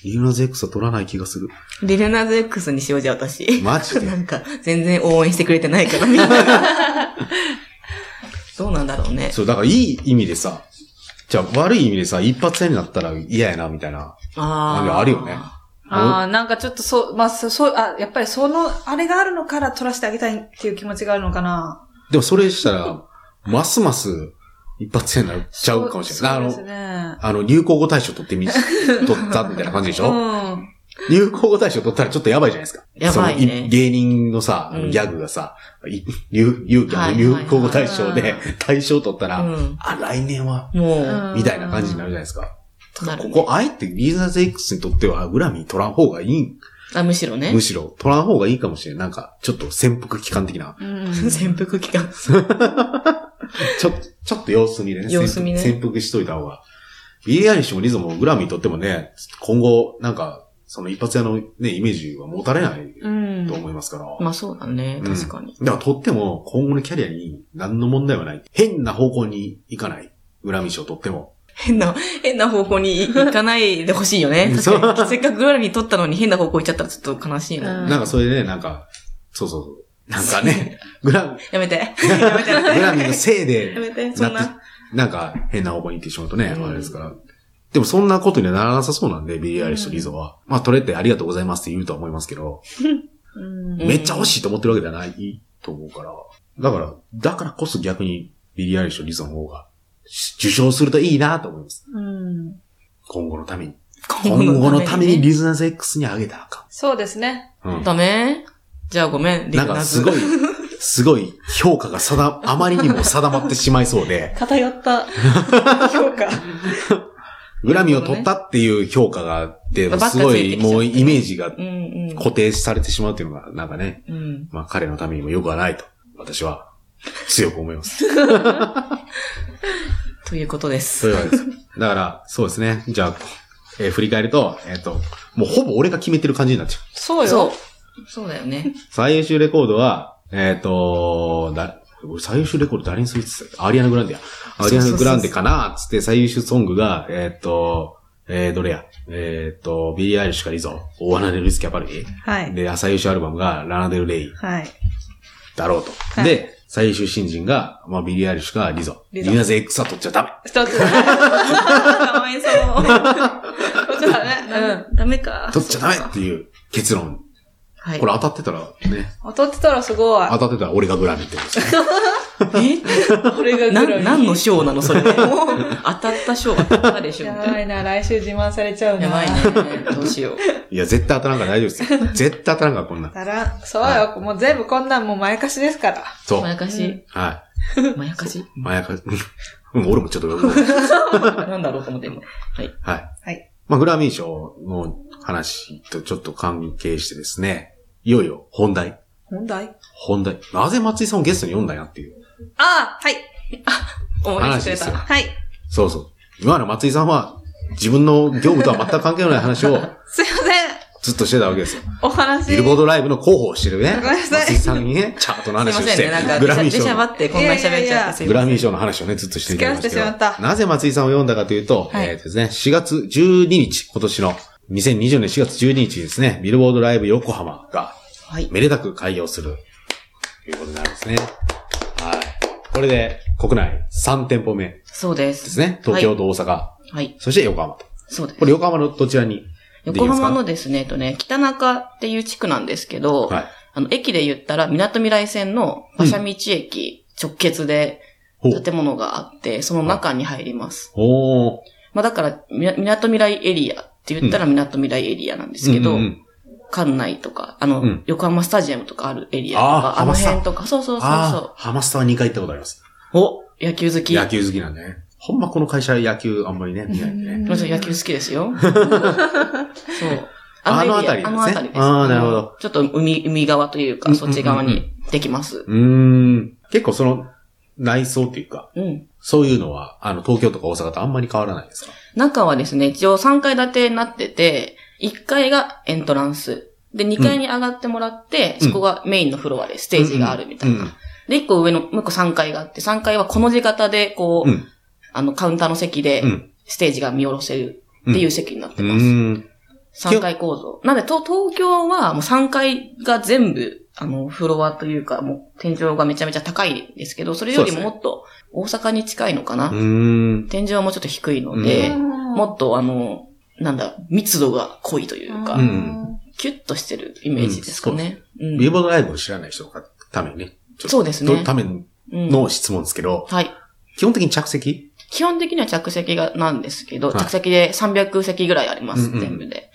B: リーナゼックスは取らない気がする。
C: リレナーズ X にしようじゃあ私。
B: マジで
C: なんか、全然応援してくれてないから、みんな。どうなんだろうね。
B: そう、だからいい意味でさ、じゃあ悪い意味でさ、一発屋になったら嫌やな、みたいな。
C: あ
B: あ
C: あ。
B: あるよね。
D: ああ、なんかちょっとそう、まあ、そそう、あ、やっぱりその、あれがあるのから取らせてあげたいっていう気持ちがあるのかな。
B: でもそれしたら、ますます一発屋になっちゃうかもしれない。
D: そう
B: あ
D: そうですね。
B: の、あの、流行語大賞取ってみ、取ったみたいな感じでしょ、
D: うん。
B: 流行語大賞取ったらちょっとやばいじゃないですか。
C: やばいね
B: その芸人のさ、あの
C: うん
B: ギャグがさ、い 流勇気あ
C: はい
B: る流
C: はいはい
B: 行語大賞で
D: うん
B: 大賞取ったら、
C: うん。
B: あ、来年は、
C: もう、
D: うん
B: みたいな感じになるじゃないですか。
C: となる、ね。
B: ここ、あえてリーザーズ X にとっては、恨み取らん方がいい
C: あ、むしろね
B: む。しろ、取らん方がいいかもしれん。なんか、ちょっと潜伏期間的な。
D: うん。
C: 潜伏期間。
B: ちょ、ちょっと様子見でね。
C: 様子見ね
B: 潜伏潜伏しといた方が。ビリアリッシュもリズムもグラミーとってもね、今後、なんか、その一発屋のね、イメージは持たれない
D: うん
B: と思いますから。
C: まあそうだね。
B: うん
C: 確かに。
B: だから、とっても、今後のキャリアに何の問題はない。変な方向に行かない。恨み賞とっても。
C: 変な、変な方向に行かないでほしいよね。
B: そう
C: 確かにせっかくグラミー取ったのに変な方向行っちゃったらちょっと悲しいな。
D: うん
B: なんか、それでね、なんか、そうそうそう。なんかね、グラ、
C: やめて。やめて。
B: グラミーのせいで
C: や、めて。 そ
B: なんっ
C: な。
B: て、なんか変な方向に行ってしまうとね、
C: うん
B: あれですから。でもそんなことにはならなさそうなんで、ビリー・アイリッシュとリゾは。まあ、取れてありがとうございますって言うとは思いますけど、
D: うん
C: うん
B: めっちゃ欲しいと思ってるわけではないと思うから。だから、だからこそ逆にビリー・アイリッシュとリゾの方がし受賞するといいなと思います。
D: うん。
B: 今後のために。
C: 今
B: 今後のために
C: ね
B: リズナーズ X にあげたらあか
D: そうですね。
B: ん。うん。
C: ダメじゃあごめん。リ
B: なんかすごい
C: ナズ。、
B: すごい評価が定、あまりにも定まってしまいそうで。
D: 偏った評価。
B: 恨みを取ったっていう評価があって、
C: なるほどね
B: すごいもうイメージが
C: うんうん。
B: 固定されてしまうっていうのが、なんかね、
C: うん。
B: まあ彼のためにも良くはないと、私は強く思います。
C: ということで
B: そうい
C: す。
B: うわけです。だから、そうですね。じゃあ、えー振り返ると、えっ、と、もうほぼ俺が決めてる感じになっちゃう。
D: そう
C: そう
D: よ。。
C: そうだよね。
B: 最優秀レコードは、えっ、と、だ、俺最優秀レコード誰にするって言ってたアリアナ・グランデや。アリアナ・グランデかなっつって最優秀ソングが、えっ、と、えー、どれやえっ、と、ビリー・アイリッシュかリゾ、大穴でルイス・キャパルリ。
D: はい。
B: で、最優秀アルバムがラナデル・レイ
D: はい。
B: だろうと。
D: い
B: で、最優秀新人が、まあ、ビリー・アイリッシュかリゾ。リ
D: リゾ
B: ナゼ X は取っちゃダメ。
D: 一つ。かわいそう。ちょっとね。
C: うん。ダメか。
B: 取っちゃダメっていう結論。
C: はい
B: こ。れ当たってたらね、
D: うん。当たってたらすごい
B: 当。たってたら俺がグラミーってこと ですね。
D: これが
C: えな、
D: グロい
C: 何の賞なのそ れ。もう、当たった賞が当たったでしょ。
D: や
C: みた
D: ば
C: い
D: いな、来週自慢されちゃう
C: な
D: な。
C: やばい。ね。どうしよう。
B: いや、絶対当たらんから大丈夫ですよ。絶対当たらんからこんなん。
D: たら、そうよ、もう全部こんなんもう前かしですから。
B: そう
C: ま。やかし
B: は
C: まやかし
B: い。まやか、うん、俺もちょっと、うん
C: なんだろうと思って今。はい。
B: はい。
D: はい。
B: まあ、グラミー賞の話とちょっと関係してですね、いよいよ本題。
C: 本題
B: 本題。なぜ松井さんをゲストに呼んだんやっていう。
C: ああはいあ、思い出し
B: 話
C: てくれ
B: です
C: た。
B: よ
C: はい。
B: そうそう。今の松井さんは自分の業務とは全く関係のない話を
C: すいません。
B: ずっとしてたわけですよ。
C: お話。
B: ビルボードライブの広報をしてるね。
C: ごめんなさい
B: 松井さんにね、チャートの
C: す
B: 話
C: いま
B: をし
C: せん
B: て、
C: ね。なんか、
B: グラミー
C: 出し
B: 賞
C: ゃば
B: の、
C: ってこんなに喋っちゃってすいません。
B: グラミー賞の話をね、ずっとしていただきましたけど。
C: 付き合わせてしまった
B: なぜ松井さんを読んだかというと、
C: はい
B: えーとですね、4月12日、今年の、2020年4月12日ですね、ビルボードライブ横浜が、
C: はい。
B: めでたく開業する、ということになるんですね。はい。これで、国内3店舗目で
C: そうです。
B: すね。東京と大阪、
C: はい。
B: そして横浜と。
C: そうです
B: こ。れ横浜のどちらにでき
C: 横
B: ますか
C: 浜のですね、えっとね、北中っていう地区なんですけど、
B: はい。
C: あの、駅で言ったら、港未来線の馬車道駅直結で
B: ほう。
C: 建物があって、その中に入ります。
B: おー。
C: まあだから、みな港未来エリアって言ったら港未来エリアなんですけど、
B: うんうんうん
C: 館内とか、あの、
B: うん
C: 横浜スタジアムとかあるエリアと
B: あー
C: か、あの
B: 浜スタ
C: 辺とか、そうそうそう
B: あ
C: そ
B: あ、ハマスタは2回行ったことあります。
C: う。お野球好き。
B: 野球好きなんでね。ほんまこの会社野球あんまりね、見ないんでね。
C: もちろん野球好きですよ。そう。エリア
B: あ
C: あ
B: の
C: の
B: 辺り
C: 辺り
B: ですね
C: です。
B: あーなるほど。
C: ちょっと海、海側という
B: うん
C: か、
B: うんうんう
C: そ
B: ん
C: っち側にできます。
B: うーん。結構その内装っていうか、
C: うん。
B: そういうのは、あの、東京とか大阪とあんまり変わらないですか
C: 中はですね、一応3階建てになってて、1階がエントランス。で、2階に上がってもらって、
B: うん
C: そこがメインのフロアでステージがあるみたいな。
B: うん
C: で、1個上の、もう1個3階があって、3階はこの字型で、こう、
B: うん
C: あの、カウンターの席で
B: う、ん。
C: ステージが見下ろせるっていう席になって
B: う
C: ます。
B: ん。
C: 3階構造。なんで、と東京はもう3階が全部、あの、フロアというか、もう天井がめちゃめちゃ高いんですけど、それより
B: そうです
C: も
B: ね
C: もっと大阪に近いのかな。
B: うん。
C: 天井はもうちょっと低いの
B: え
C: で、
B: う
D: も
C: もっとあの、なんだ、密度が濃いというか、
B: うん
C: キュッとしてるイメージですかね。うん
B: ビルボードライブを知らない人のためにね。ちょっと
C: そうですね
B: ため
C: うん
B: の質問ですけど、
C: はい。
B: 基本的に着席
C: 基本的には着席がなんですけど、
B: はい
C: 着席で300席ぐらいあります、
B: うんうん
C: 全部で。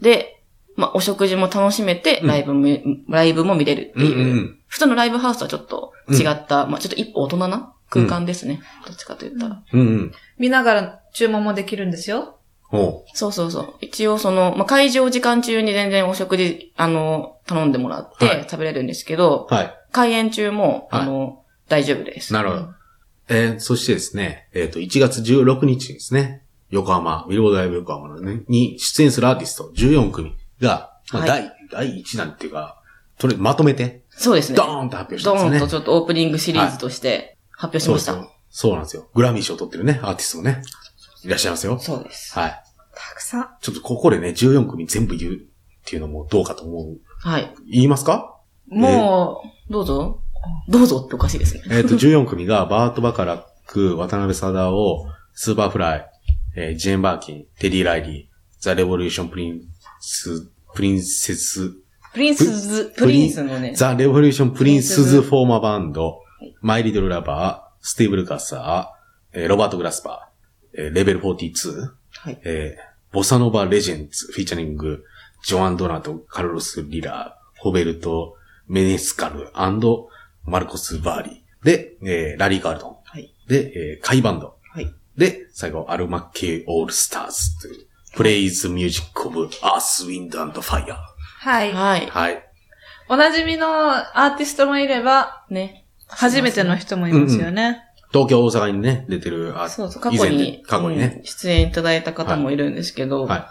C: で、まあ、お食事も楽しめて、
B: うん
C: ライブも、ライブも見れるっていう、
B: うんうん
C: 普通のライブハウスとはちょっと違った、まあ、ちょっと一歩大人な空間ですね。どっちかと言ったら。
B: うんうん。
D: 見ながら注文もできるんですよ。
B: おう。
C: そうそうそう。一応その、まあ、会場時間中に全然お食事、あの、頼んでもらっ
B: はい
C: て食べれるんですけど、
B: はい。
C: 開演中も、
B: はい
C: あの、大丈夫です。
B: なるほど。えーそしてですね、えっ、と、1月16日にですね、横浜、ビルボードライブ横浜のね、に出演するアーティスト14組が、まあ
C: はい
B: 第、第1弾っていうか、それまとめて、
C: そうですね。
B: ド
C: ド
B: ーンと発表したんです
C: ー
B: よ
C: ン
B: ね。
C: とちょっとオープニングシリーズとして発表し
B: そう
C: ま
B: で
C: し
B: す
C: た。
B: よ。そうなんですよ。グラミー賞を取ってるね、アーティストもね。いらっしゃいますよ。
C: そうです。
B: はい。
D: たくさん。
B: ちょっとここでね、14組全部言うっていうのもどうかと思う。
C: はい。
B: 言いますか
D: も
C: どうぞ。どうぞっておかしいですね。
B: えっ、と、14組がバート・バカラック、渡辺貞夫、スーパーフライ、えージェーン・バーキン、テリー・ライリー、ザ・レボリューション・プリンス、プリンセス、
C: プリンスズ、
B: プ
C: プ
B: リ
C: リ
B: ン
C: ンスのね。
B: ザ・レボリューション・プリンスズ・フォーマーバンド、マイ・リドル・ラバー、スティーブ・ルカサー、えーロバート・グラスパー、えーレベル42、
C: はい
B: えーボサノバ・レジェンズ、フィーチャリング、ジョアン・ドナト、カルロス・リラー、ホベルト・メネスカル、マルコス・バーリー。で、えーラリー・カールトン。
C: はい
B: で、えーカイバンド。
C: はい
B: で、最後、アルマ系オールスターズという、プレイズ・ミュージック・オブ・アース・ウィンド・アンド・ファイア
D: はい。
C: はい。
B: はい。
D: おなじみのアーティストもいれば、
C: ね。
D: 初めての人もいますよね。
B: 東京、大阪にね、出てるアーティスト
C: そうそう、過去
B: 以前ね
C: に、
B: 過去にね
C: うん出演いただいた方もいるんですけど、
B: はい。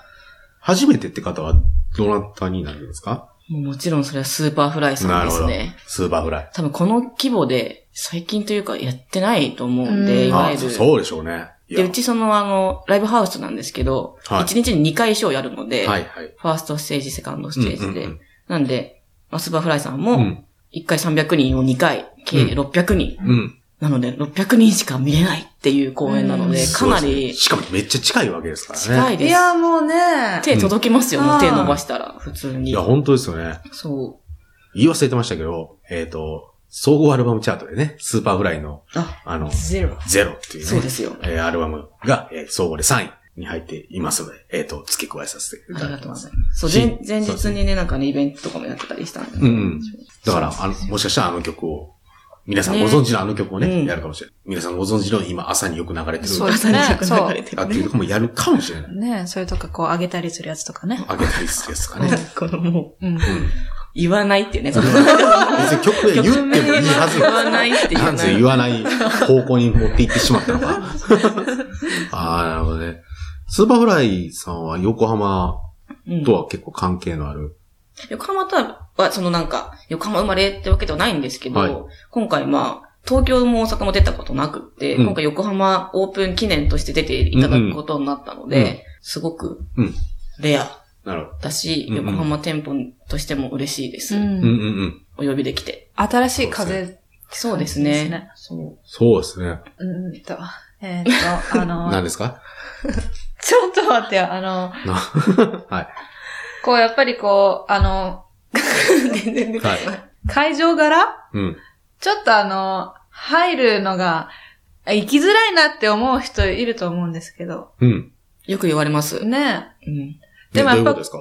B: 初めてって方は、どなたになるんですか
C: もうもちろんそれはスーパーフライさんですね。
B: スーパーフライ。
C: 多分この規模で、最近というかやってないと思うん
D: う
C: で、
D: ん
C: いわゆ
B: そ
C: る。
B: そうでしょうね。いや
C: で、うちそのあの、ライブハウスなんですけど、
B: はい
C: 1日に2回ショーやるので、
B: はいはい。
C: ファーストステージ、セカンドステージで。
B: うんうん
C: なんで、まあスーパーフライさん
B: う
C: も、
B: ん。
C: 1回300人を2回、計600人。
B: うん。
C: なので、600人しか見れないっていう公演なので、
D: うん
C: かな
B: そうですね
C: り
B: しかもめっちゃ近いわけですからね。
C: 近い
D: い
C: です。
D: や、もうね。
C: 手届きますよ、
D: うん
C: もう手伸ばしたら、普通
B: い
C: に
B: や、。本当ですよね。
C: そう。
B: 言い忘れてましたけど、えっ、と、総合アルバムチャートでね、スーパーフライの、
C: あ、
B: あの、
D: ゼロ。
B: ゼロっていうね。
C: そうですよ。
B: えーアルバムが、えー総合で3位に入っていますので、えっ、と、付け加えさせてい
C: あ
B: ただ
C: りが
B: き
C: とう
B: ま
C: ご
B: す
C: ざい。ます。そう、
B: し
C: 前前日
B: そう
C: にね、なんかね、イベントとかもやってたりしたんで。
B: うんうん
C: そ
B: だ
C: う
B: から、あの、もしかしたらあの曲を皆さん
C: ね
B: ご存知のあの曲をね、
C: うん
B: やるかもしれない。皆さんご存知の今朝によく流れてる
D: そうです
C: 朝
D: ね
C: に曲流れて
B: あ
C: る
B: っていう
C: ね。
B: とこもやるかもしれない。
D: ねえ、それとかこう上げたりするやつとかね。
B: あげたりするやつかね。
C: このもう、
D: うん。
B: うん。
C: 言わないっていうね。その
B: 別に曲で言ってもいいはず
C: 言わないっていう。
B: なんせ言わない方向に持っていってしまったのか。ああ、なるほどね。スーパーフライさんは横浜
C: うん
B: とは結構関係のある。
C: 横浜とは、そのなんか、横浜生まれってわけではないんですけど、
B: はい
C: 今回まあ、東京も大阪も出たことなくって、
B: うん
C: 今回横浜オープン記念として出ていただくことになったので、
B: うんうん
C: すごく
B: うん、
C: レア
B: なるほど。
C: だし、
B: うんうん
C: 横浜店舗としても嬉しいです。
D: うん
B: うんうんうん。
C: お呼びできて。
D: 新しい風。
C: そうです
D: そうです
C: ね
D: ね。
C: そう。
B: そうですね。
D: うーんと、えーっと、あの、
B: 何ですか
D: ちょっと待ってよ、あの、
B: なはい。
D: こうやっぱりこう、あの、
C: 全然出てこない
B: は
D: 会場柄
B: うん。
D: ちょっとあの、入るのが、行きづらいなって思う人いると思うんですけど。
B: うん。
C: よく言われます。
D: ね
C: うん。
B: で
D: で
B: も
D: も
B: どういうこ
D: やっぱ
B: とです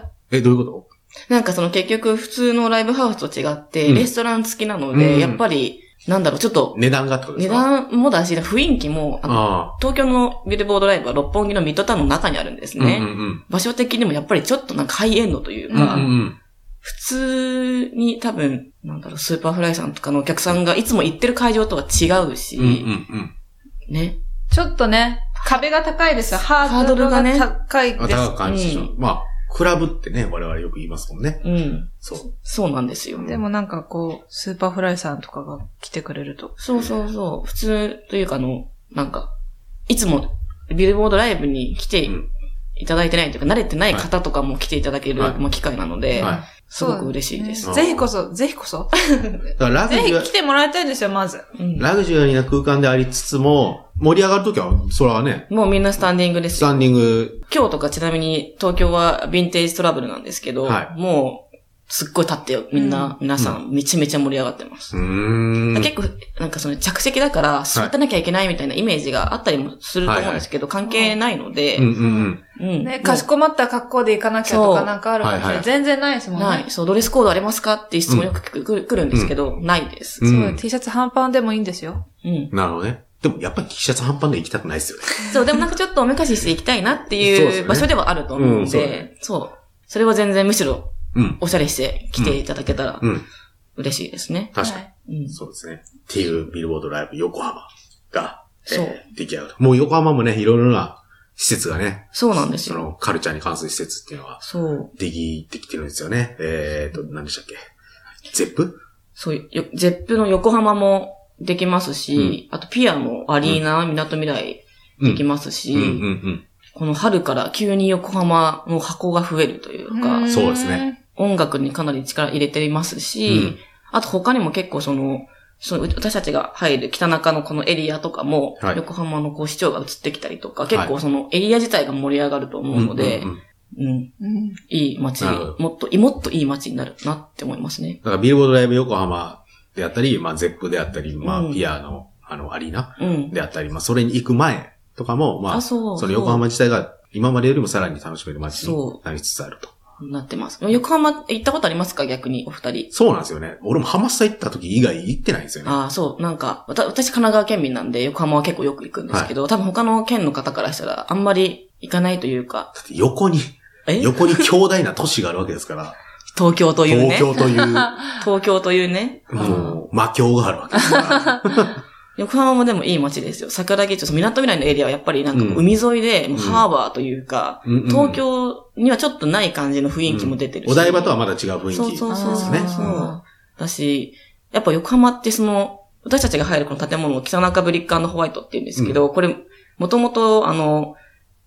B: か
D: え。え
B: え、どういうこと
C: なんかその結局普通のライブハウスと違って、
B: うん
C: レストラン付きなの
B: うん
C: で、やっぱり、なんだろう、ちょっと、
B: 値段がってことで
C: 値
B: すか段
C: 段もだし、雰囲気も、あの
B: あ
C: 東京のビルボードライブは六本木のミッドタウンの中にあるんです
B: あ。
C: ね。
B: うんうん
C: 場所的にもやっぱりちょっとなんかハイエンドという
B: うん。うん
C: か、
B: うんうん。
C: 普通に多分、なんだろう、スーパーフライさんとかのお客さんがいつも行ってる会場とは違うし、
B: うんうん
C: ね。
D: ちょっとね、壁が高いですよ。ハードルが
C: ハードルが
D: 高い
B: うん。あ、
D: です。
B: 高く感じでしょ
C: う
B: まあ、クラブってね、我々よく言いますもんね。
C: うん。
B: そう。
C: そうなんですよ。
D: でもなんかこう、スーパーフライさんとかが来てくれると。
C: そうそうそう。普通というかあの、なんか、いつもビルボードライブに来て
B: うん
C: いただいてないというか、慣れてない方とかも来ていただける、
B: はい
C: まあ機会なので、
B: はい。
C: すごく嬉しいです。
B: ね
D: ぜひこそ、ぜひこそ。
B: だからラグ
D: ぜ
B: ジ
D: ひ
B: ュア
D: 来てもらいたいですよ、まず。
C: うん
B: ラグジュアリーな空間でありつつも、盛り上がるときは、それはね、
C: もうみんなスタンディングです
B: ス
C: よ
B: タンディング、
C: 今日とかちなみに東京はヴィンテージトラブルなんですけど、
B: は
C: もうすっごい立ってよ、みんな、皆さんめちゃめちゃ盛り上がってます。
B: うーん。
C: 結構、なんかその着席だから座ってなきゃいけないみたいなイメージがあったりもすると思うんですけど、関係ないので、
B: うんうんうん。
C: うん
D: ね、かしこまった格好で行かなきゃと
C: そ
D: か
C: う
D: なんかあるかもしれ
B: はい
D: な
B: はい
D: い。全然ないですもんね。
C: ない。そう、ドレスコードありますかっていう質問よくくくくるんですけど、ないです。
B: う
D: そ
B: ん
D: う、T シャツ半パンでもいいんですよ。
C: うん。
B: なるほどね。でも、やっぱり T シャツ半端で行きたくないですよね。
C: そう、でもなんかちょっとおめかししていきたいなって
B: そうです
C: い
B: ね
C: う場所ではあると思う
B: うん
C: の
B: そうだ
C: で、そう。それは全然むしろ
B: うん。
C: おしゃれして来ていただけたら
B: うん。
C: 嬉しいですね。
B: 確か
D: は
B: に。
D: い
C: うん。
B: そうですね。っていうビルボードライブ横浜が、えー
C: そう
B: 出来上がる。もう横浜もね、いろいろな施設がね、
C: そうなんです
B: そ
C: よ。
B: のカルチャーに関する施設っていうのは、
C: そう。
B: できてきてるんですよね。えーと、何でしたっけ。ゼップ
C: そう、よ、ゼップの横浜もできますし、あとピアもアリーナ、港未来でき
B: ま
C: ますし、
B: うんうん
C: この春から急に横浜の箱が増えるというか、
B: そうですね。
C: 音楽にかなり力入れていますし、
B: うん
C: あと他にも結構その、そのう私たちが入る北中のこのエリアとかも、
B: はい
C: 横浜のこう市長が移ってきたりとか、
B: い
C: 結構そのエリア自体が盛り上がると
B: うん。
C: 思うので、
B: うんうんうん
C: うん
D: うん。
C: いい街
B: なるほ
C: もっと、もっといい街になるなって思いますね。
B: だからビルボードライブ横浜であったり、まあ、ゼップであったり、ま
C: う
B: あ、
C: ん
B: ピアの、あの、アリーナ
C: うん。
B: であったり、まあ、それに行く前とかも、まあ、
C: あ、
B: そ
C: そう。
B: の横浜自体が今までよりもさらに楽しめる街に
C: そ
B: なりつつあると。
C: なってます。横浜行ったことありますか逆に、お二人。
B: そうなんですよね。俺もハマスタ行った時以外行ってないんですよね。
C: ああ、そう。なんか、わた私神奈川県民なんで、横浜は結構よく行くんですけど、多分他の県の方からしたら、あんまり行かないというか、
B: だって横に、
C: え
B: 横に強大な都市があるわけですから、
C: 東京というね。
B: 東
C: 東京
B: 京と いう、
C: というね。
B: もう、魔境があるわけです から。
C: 横浜もでもいい街ですよ。桜木町、その港未来のエリアはやっぱりなんかこう
B: うん
C: 海沿いで、もううんハーバーというか、
B: うんうん
C: 東京にはちょっとない感じの雰囲気も出てるし。
B: お台場とはまだ違う雰囲気。
C: そうそうそう
B: です
C: そう。
B: ね
C: そうだし、やっぱ横浜ってその、私たちが入るこの建物、北中ブリックホワイトって言うんですけど、これ、もともと、あの、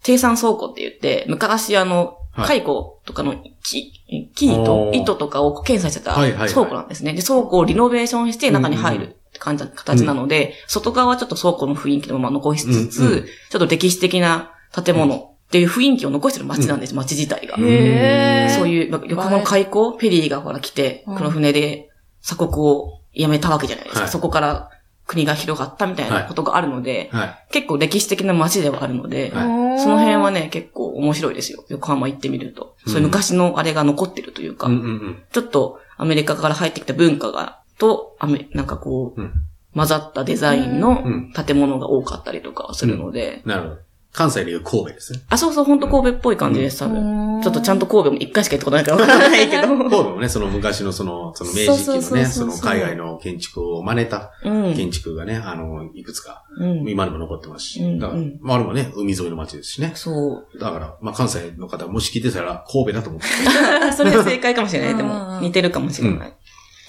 C: 低産倉庫って言って、昔あの、
B: はい
C: 蚕とかの木、木と
B: おー
C: 糸とかを検査してた
B: はいはいはい
C: 倉庫なんですね。で、倉庫をリノベーションして中に入るって感じ、形なので、外側はちょっと倉庫の雰囲気のまま残しつつ、
B: うんうん
C: ちょっと歴史的な建物っていう雰囲気を残してる街なんです、街自体が。
D: へー。
C: そういう、まあ横浜の開港、ペリーがほら来て、
D: うん
C: この船で鎖国をやめたわけじゃないですか。
B: はい
C: そこから国が広がったみたいなことがあるので、
B: はい。
C: 結構歴史的な街ではあるので、
B: はい
C: その辺は
D: ね、
C: ね、結構面白いですよ。横浜行ってみると。
B: うん
C: そういう昔のあれが残ってるというか、
B: うんうんうん。
C: ちょっとアメリカから入ってきた文化がと、あめ、なんかこう、
B: うん
C: 混ざったデザイン
B: う
C: の
B: ん
C: 建物が多かったりとかするので、
B: なるほど。関西でいう神戸ですね。
C: あ、そうそう、ほんと神戸っぽい感じです、多分。ちょっとちゃん
D: と。
C: と神戸も一回しか行ったことないからわからないけど。
B: 神戸もね、その昔のその、その明治期
D: そう
B: の
D: そうそう
B: ね、
D: そ
B: そうの海外の建築を真似た
C: うん。
B: 建築がね、あの、いくつか、
C: うん。
B: 今でも残ってます
C: うん
B: し、だから
C: うん、
B: まあ、あれもね、海沿いの街ですしね。
C: そう。
B: だから、まあ、関西の方、もし聞いてたら、神戸だと思って。
C: それ正解かもしれない。で
D: うんうんう
C: も、
D: ん
C: 似てるかもしれない。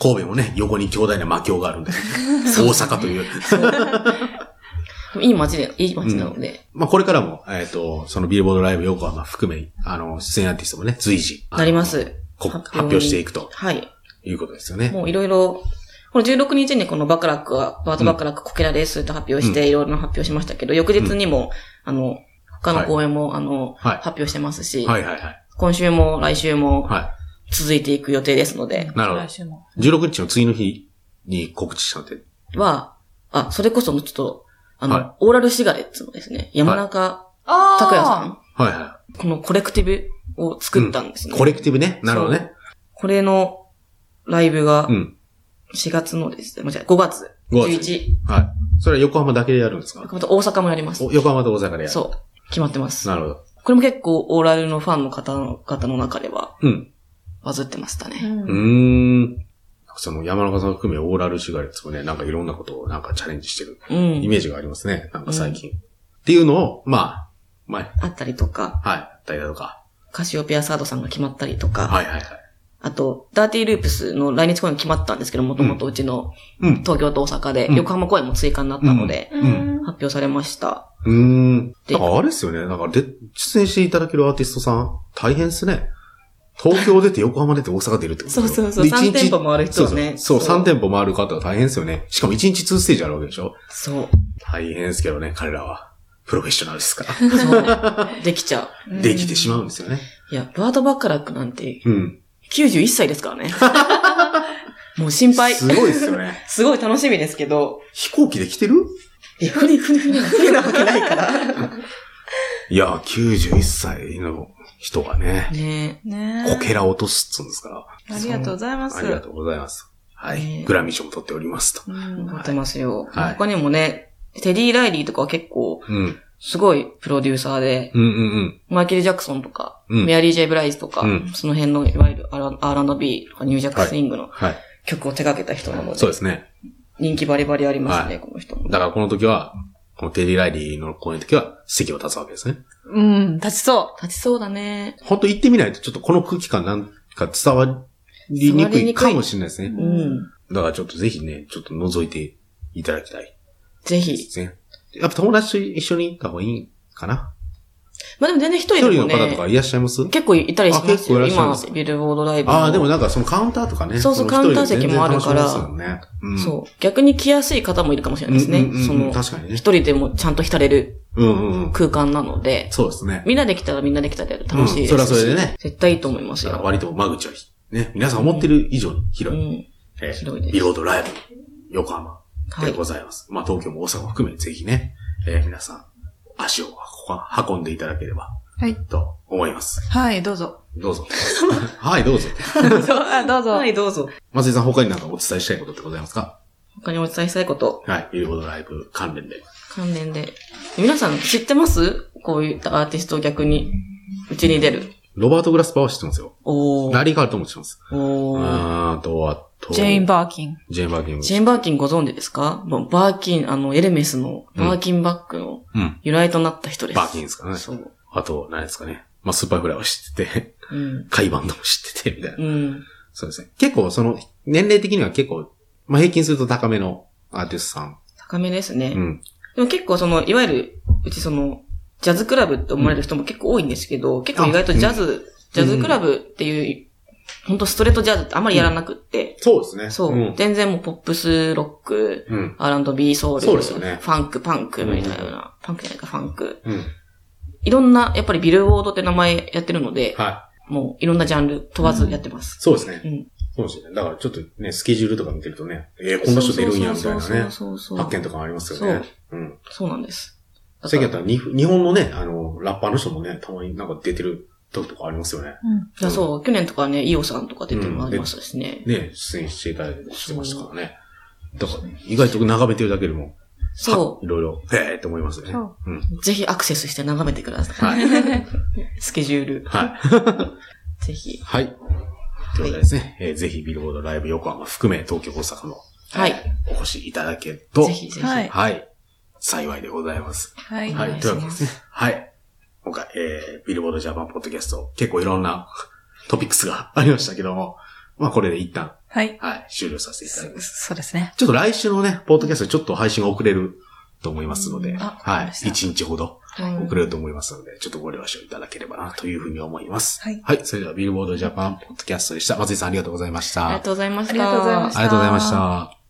B: 神戸もね、横に強大な魔境があるん で、大阪という。
C: いい街で、いい街なので、
B: まあ、これからも、えっ、と、そのビルボードライブ横浜含め、あの、出演アーティストもね、随時、あの
C: なりま。す。
B: こ
C: 発表
B: 発表していくと
C: はい。
B: いうことですよね。
C: もういろいろ、この16日にこのバクラックは、バートバクラックコケラレースと発表して、いろいろな発表しましたけど、翌日にも、あの、他の公演も、あの、
B: はい
C: 発表してますし、
B: はいはいはい。
C: 今週も来週も
B: は
C: 続いていく予定ですので、
B: い。なるほ
D: 来週も。
B: ど。16日の次の日に告知したので、
C: は、あ、それこそもうちょっと、あの、
B: はい
C: オーラルシガレッツのですね、山中
D: あ
C: 拓也さん、
B: はいは
C: このコレクティブを作ったんです
B: い。
C: ね。
B: コレクティブね。なるほどね。
C: これのライブが
B: うん。
C: 4月のですね、間違え5月
B: 5
C: 11
B: 月はい。それは横浜だけでやるんですか
C: また大阪もやります
B: お。横浜と大阪でやる。
C: そう。決まってます。
B: なるほど。
C: これも結構オーラルのファンの方の方の中では
B: うん。
C: バズってました
D: う
C: ね。
B: うー
D: ん。
B: ん。その山中さん含めオーラルシガレッツもね、なんかいろんなことをなんかチャレンジしてる
C: う
B: イ
C: ん。
B: メージがありますね。なんか最近。っていうのを、まあ、前、
C: あったりとか、
B: はい、あったりだとか。
C: カシオペアサードさんが決まったりとか、
B: はいはいはい。
C: あと、ダーティーループスの来日公演決まったんですけど、もともとうちの
B: うん。
C: 東京と大阪で
B: うん
C: 横浜公演も追加になったので、
D: うん。
C: 発表されました。
B: うーん。
C: で
B: だからあれですよね。だからで、出演していただけるアーティストさん、大変ですね。東京出て横浜出て大阪出るってこと
C: そうそうそう
B: で一日
C: 三店舗回る人はね
B: そうそう。
C: そ
B: そうう、3店舗回る方は大変ですよね。しかも1日2ステージあるわけでしょ
C: そう。
B: 大変ですけどね、彼らは。プロフェッショナルですから。
C: そう。できちゃう。
B: できてしまうんですよね。
C: いや、バートバッカラックなんて
B: うん。
C: 91歳ですからね。もう心配。
B: すごいですよね。
C: すごい楽しみですけど、
B: 飛行機で来てる
C: え、船、船、船、船なわけないから。
B: いや、91歳の人がね、
C: ね
D: ね
B: こけら落とすっつうんですから。
D: ありがとうございます。
B: ありがとうございます。は
C: ねえ
B: い。グラミー賞も取っておりますと。
D: う
C: え、
D: ん。
C: 思ってますよ。
B: はい
C: 他にもね、テディ・ライリーとかは結構、
B: うん。
C: すごいプロデューサーで、
B: うんうん
C: マイケル・ジャクソンとか、
B: うん。
C: メ
B: うん。
C: アリー・ジェイ・ブライズとか、
B: うん
C: その辺の、いわゆる R- R&B とかニュージャック・スイングの
B: はい。
C: 曲を手掛けた人なので、
B: そうですね。
C: 人気バリバリありますね、
B: は
C: この人も。
B: だからこの時は、このテリー・ライリーの公演の時は席を立つわけですね。
D: うん。立ちそ
C: 立ちそうだね。
B: 本当行ってみないとちょっとこの空気感なんか伝わりにくいかもしれないです
D: う
B: ね。
C: う
D: うん
C: ん。
B: だからちょっとぜひね、ちょっと覗いていただきたい
C: ぜ
B: で
C: ひ。
B: すね。やっぱ友達と一緒に行った方がいいかな
C: まあでも全然一
B: 一
C: 人で
B: 人
C: も
B: の方と
C: ね
B: か、いらっしゃいます
C: 結構いたりし
B: あ
C: ます
B: 結構い
C: よ。
B: らっしゃいま
C: 今
B: す、
C: ビルボードライブの。
B: ああ、でもなんかそのカウンターとかね。
C: そうそう
B: の一人で全然
C: カウンター席もあるから
B: 楽しめますもんねうん、
C: そう。逆に来やすい方もいるかもしれないですね。
B: うんうんうんうん
C: その、
B: 確かにね
C: 一。人でもちゃんと浸れる
B: うんうんうん。
C: 空間なので、
B: そうですね。
C: みんなで来たらみんなで来たで楽しいですし、
B: うんそれはそれでね
C: 絶対いいと思いますよ。
B: 割と間口は、ね、皆さん思ってる以上に広
C: う
B: い。
C: ん。
B: えー
C: 広いです
B: ビロードライブ、横浜
C: は
B: で
C: い
B: ご。ざいます。まあ、東京も大阪も含め、ぜひね、えー皆さん、足を運んでいただければ、
D: う。はい。
B: と思います。
D: はい、どうぞ。
B: ど うぞ。はい、どうぞ。
D: あどうぞ。
C: はい、どうぞ。
B: 松井さん、他になんかお伝えしたいことってございますか
C: 他にお伝えしたいこと、
B: はい、ビルボードライブ関連で。
C: 関連で。皆さん知ってますこういったアーティストを逆に、うちに出る。
B: ロバート・グラスパーは知ってますよ。
C: おー。
B: ラリー・カールトンも知ってます。
C: お
B: う
C: ー。
B: ーんと、あと、
D: ジェイン・バーキン。
B: ジェーン・バーキング。
C: ジェーン・バーキンご存知ですかもうバーキン、あの、エルメスのバーキンバッグの
B: うん。
C: 由来となった人です。
B: バーキンですかね。
C: そう。
B: あと、何ですかね。まあ、スーパーフライは知ってて、
C: うん。
B: カイバンドも知ってて、みたいな
C: う。ん。
B: そうですね。結構その、年齢的には結構、まあ、平均すると高めのアーティストさん。
C: 高めですね。
B: うん。
C: でも結構その、いわゆる、うちその、ジャズクラブって思われる人も結構多いんですけど、結構意外とジャズ、ジャズクラブっていう、本当ストレートジャズってあんまりやらなくって、
B: そうですね。
C: そう、
B: うん。
C: 全然もうポップス、ロック、
B: うん。
C: R&B、ソウル、
B: そうですよね
C: ファンク、パンクみたいな、パンクじゃないか、ファンク。
B: うん。
C: いろんな、やっぱりビルボードって名前やってるので、
B: はい。
C: もういろんなジャンル問わずやってます。
B: そうですね。
C: うん。
B: そうですね。だからちょっとね、スケジュールとか見てるとね、えーこんな人出るんや、みたいなね。
C: そうそうそうそうそう。
B: 発見とかもありますよね。うん。
C: そうなんです。だ
B: 最
C: か
B: 近
C: ら
B: だったらに、日本のね、あの、ラッパーの人もね、たまになんか出てるたとかありますよね。
C: いや、そう、去年とかね、イオさんとか出てもらいましたしね。
B: ね、出演していただいたりしてましたからね。だから、意外と眺めてるだけでも、
C: そ
B: いろいろ、へえって思いますよね。
D: そう
B: うん。
C: う、ぜひアクセスして眺めてくださ
B: はい。
C: い。 スケジュール。
B: はい。
C: ぜひ。
B: はい。ということでですね、えーぜひビルボードライブ横浜含め東京大阪の
C: はい。
B: お越しいただけると、
C: ぜひぜひ。
D: はい
B: はい。幸いでございます。
D: はい。
C: お
B: は
C: 願
B: い。
C: い
B: と
C: しま
B: いうわけ
C: す
B: ですね。はい。今回、えー、ビルボードジャパンポッドキャスト、結構いろんなトピックスがあ りましたけども、まあこれで一旦、
D: はい。
B: はい、終了させていただきます。
D: そうですね。
B: ちょっと来週のね、ポッドキャストちょっと配信が遅れると思いますので、
D: あわか
B: は
D: り
B: い。
D: ました
B: 1日ほど
C: うん
B: 遅れると思いますので、ちょっとご了承いただければなというふうに思います。
D: はい
B: はい。それではビルボードジャパンポッドキャストでした。松井さんありがとうございました。
C: ありがとうございました。
D: ありがとうございました
B: ありがとうございました。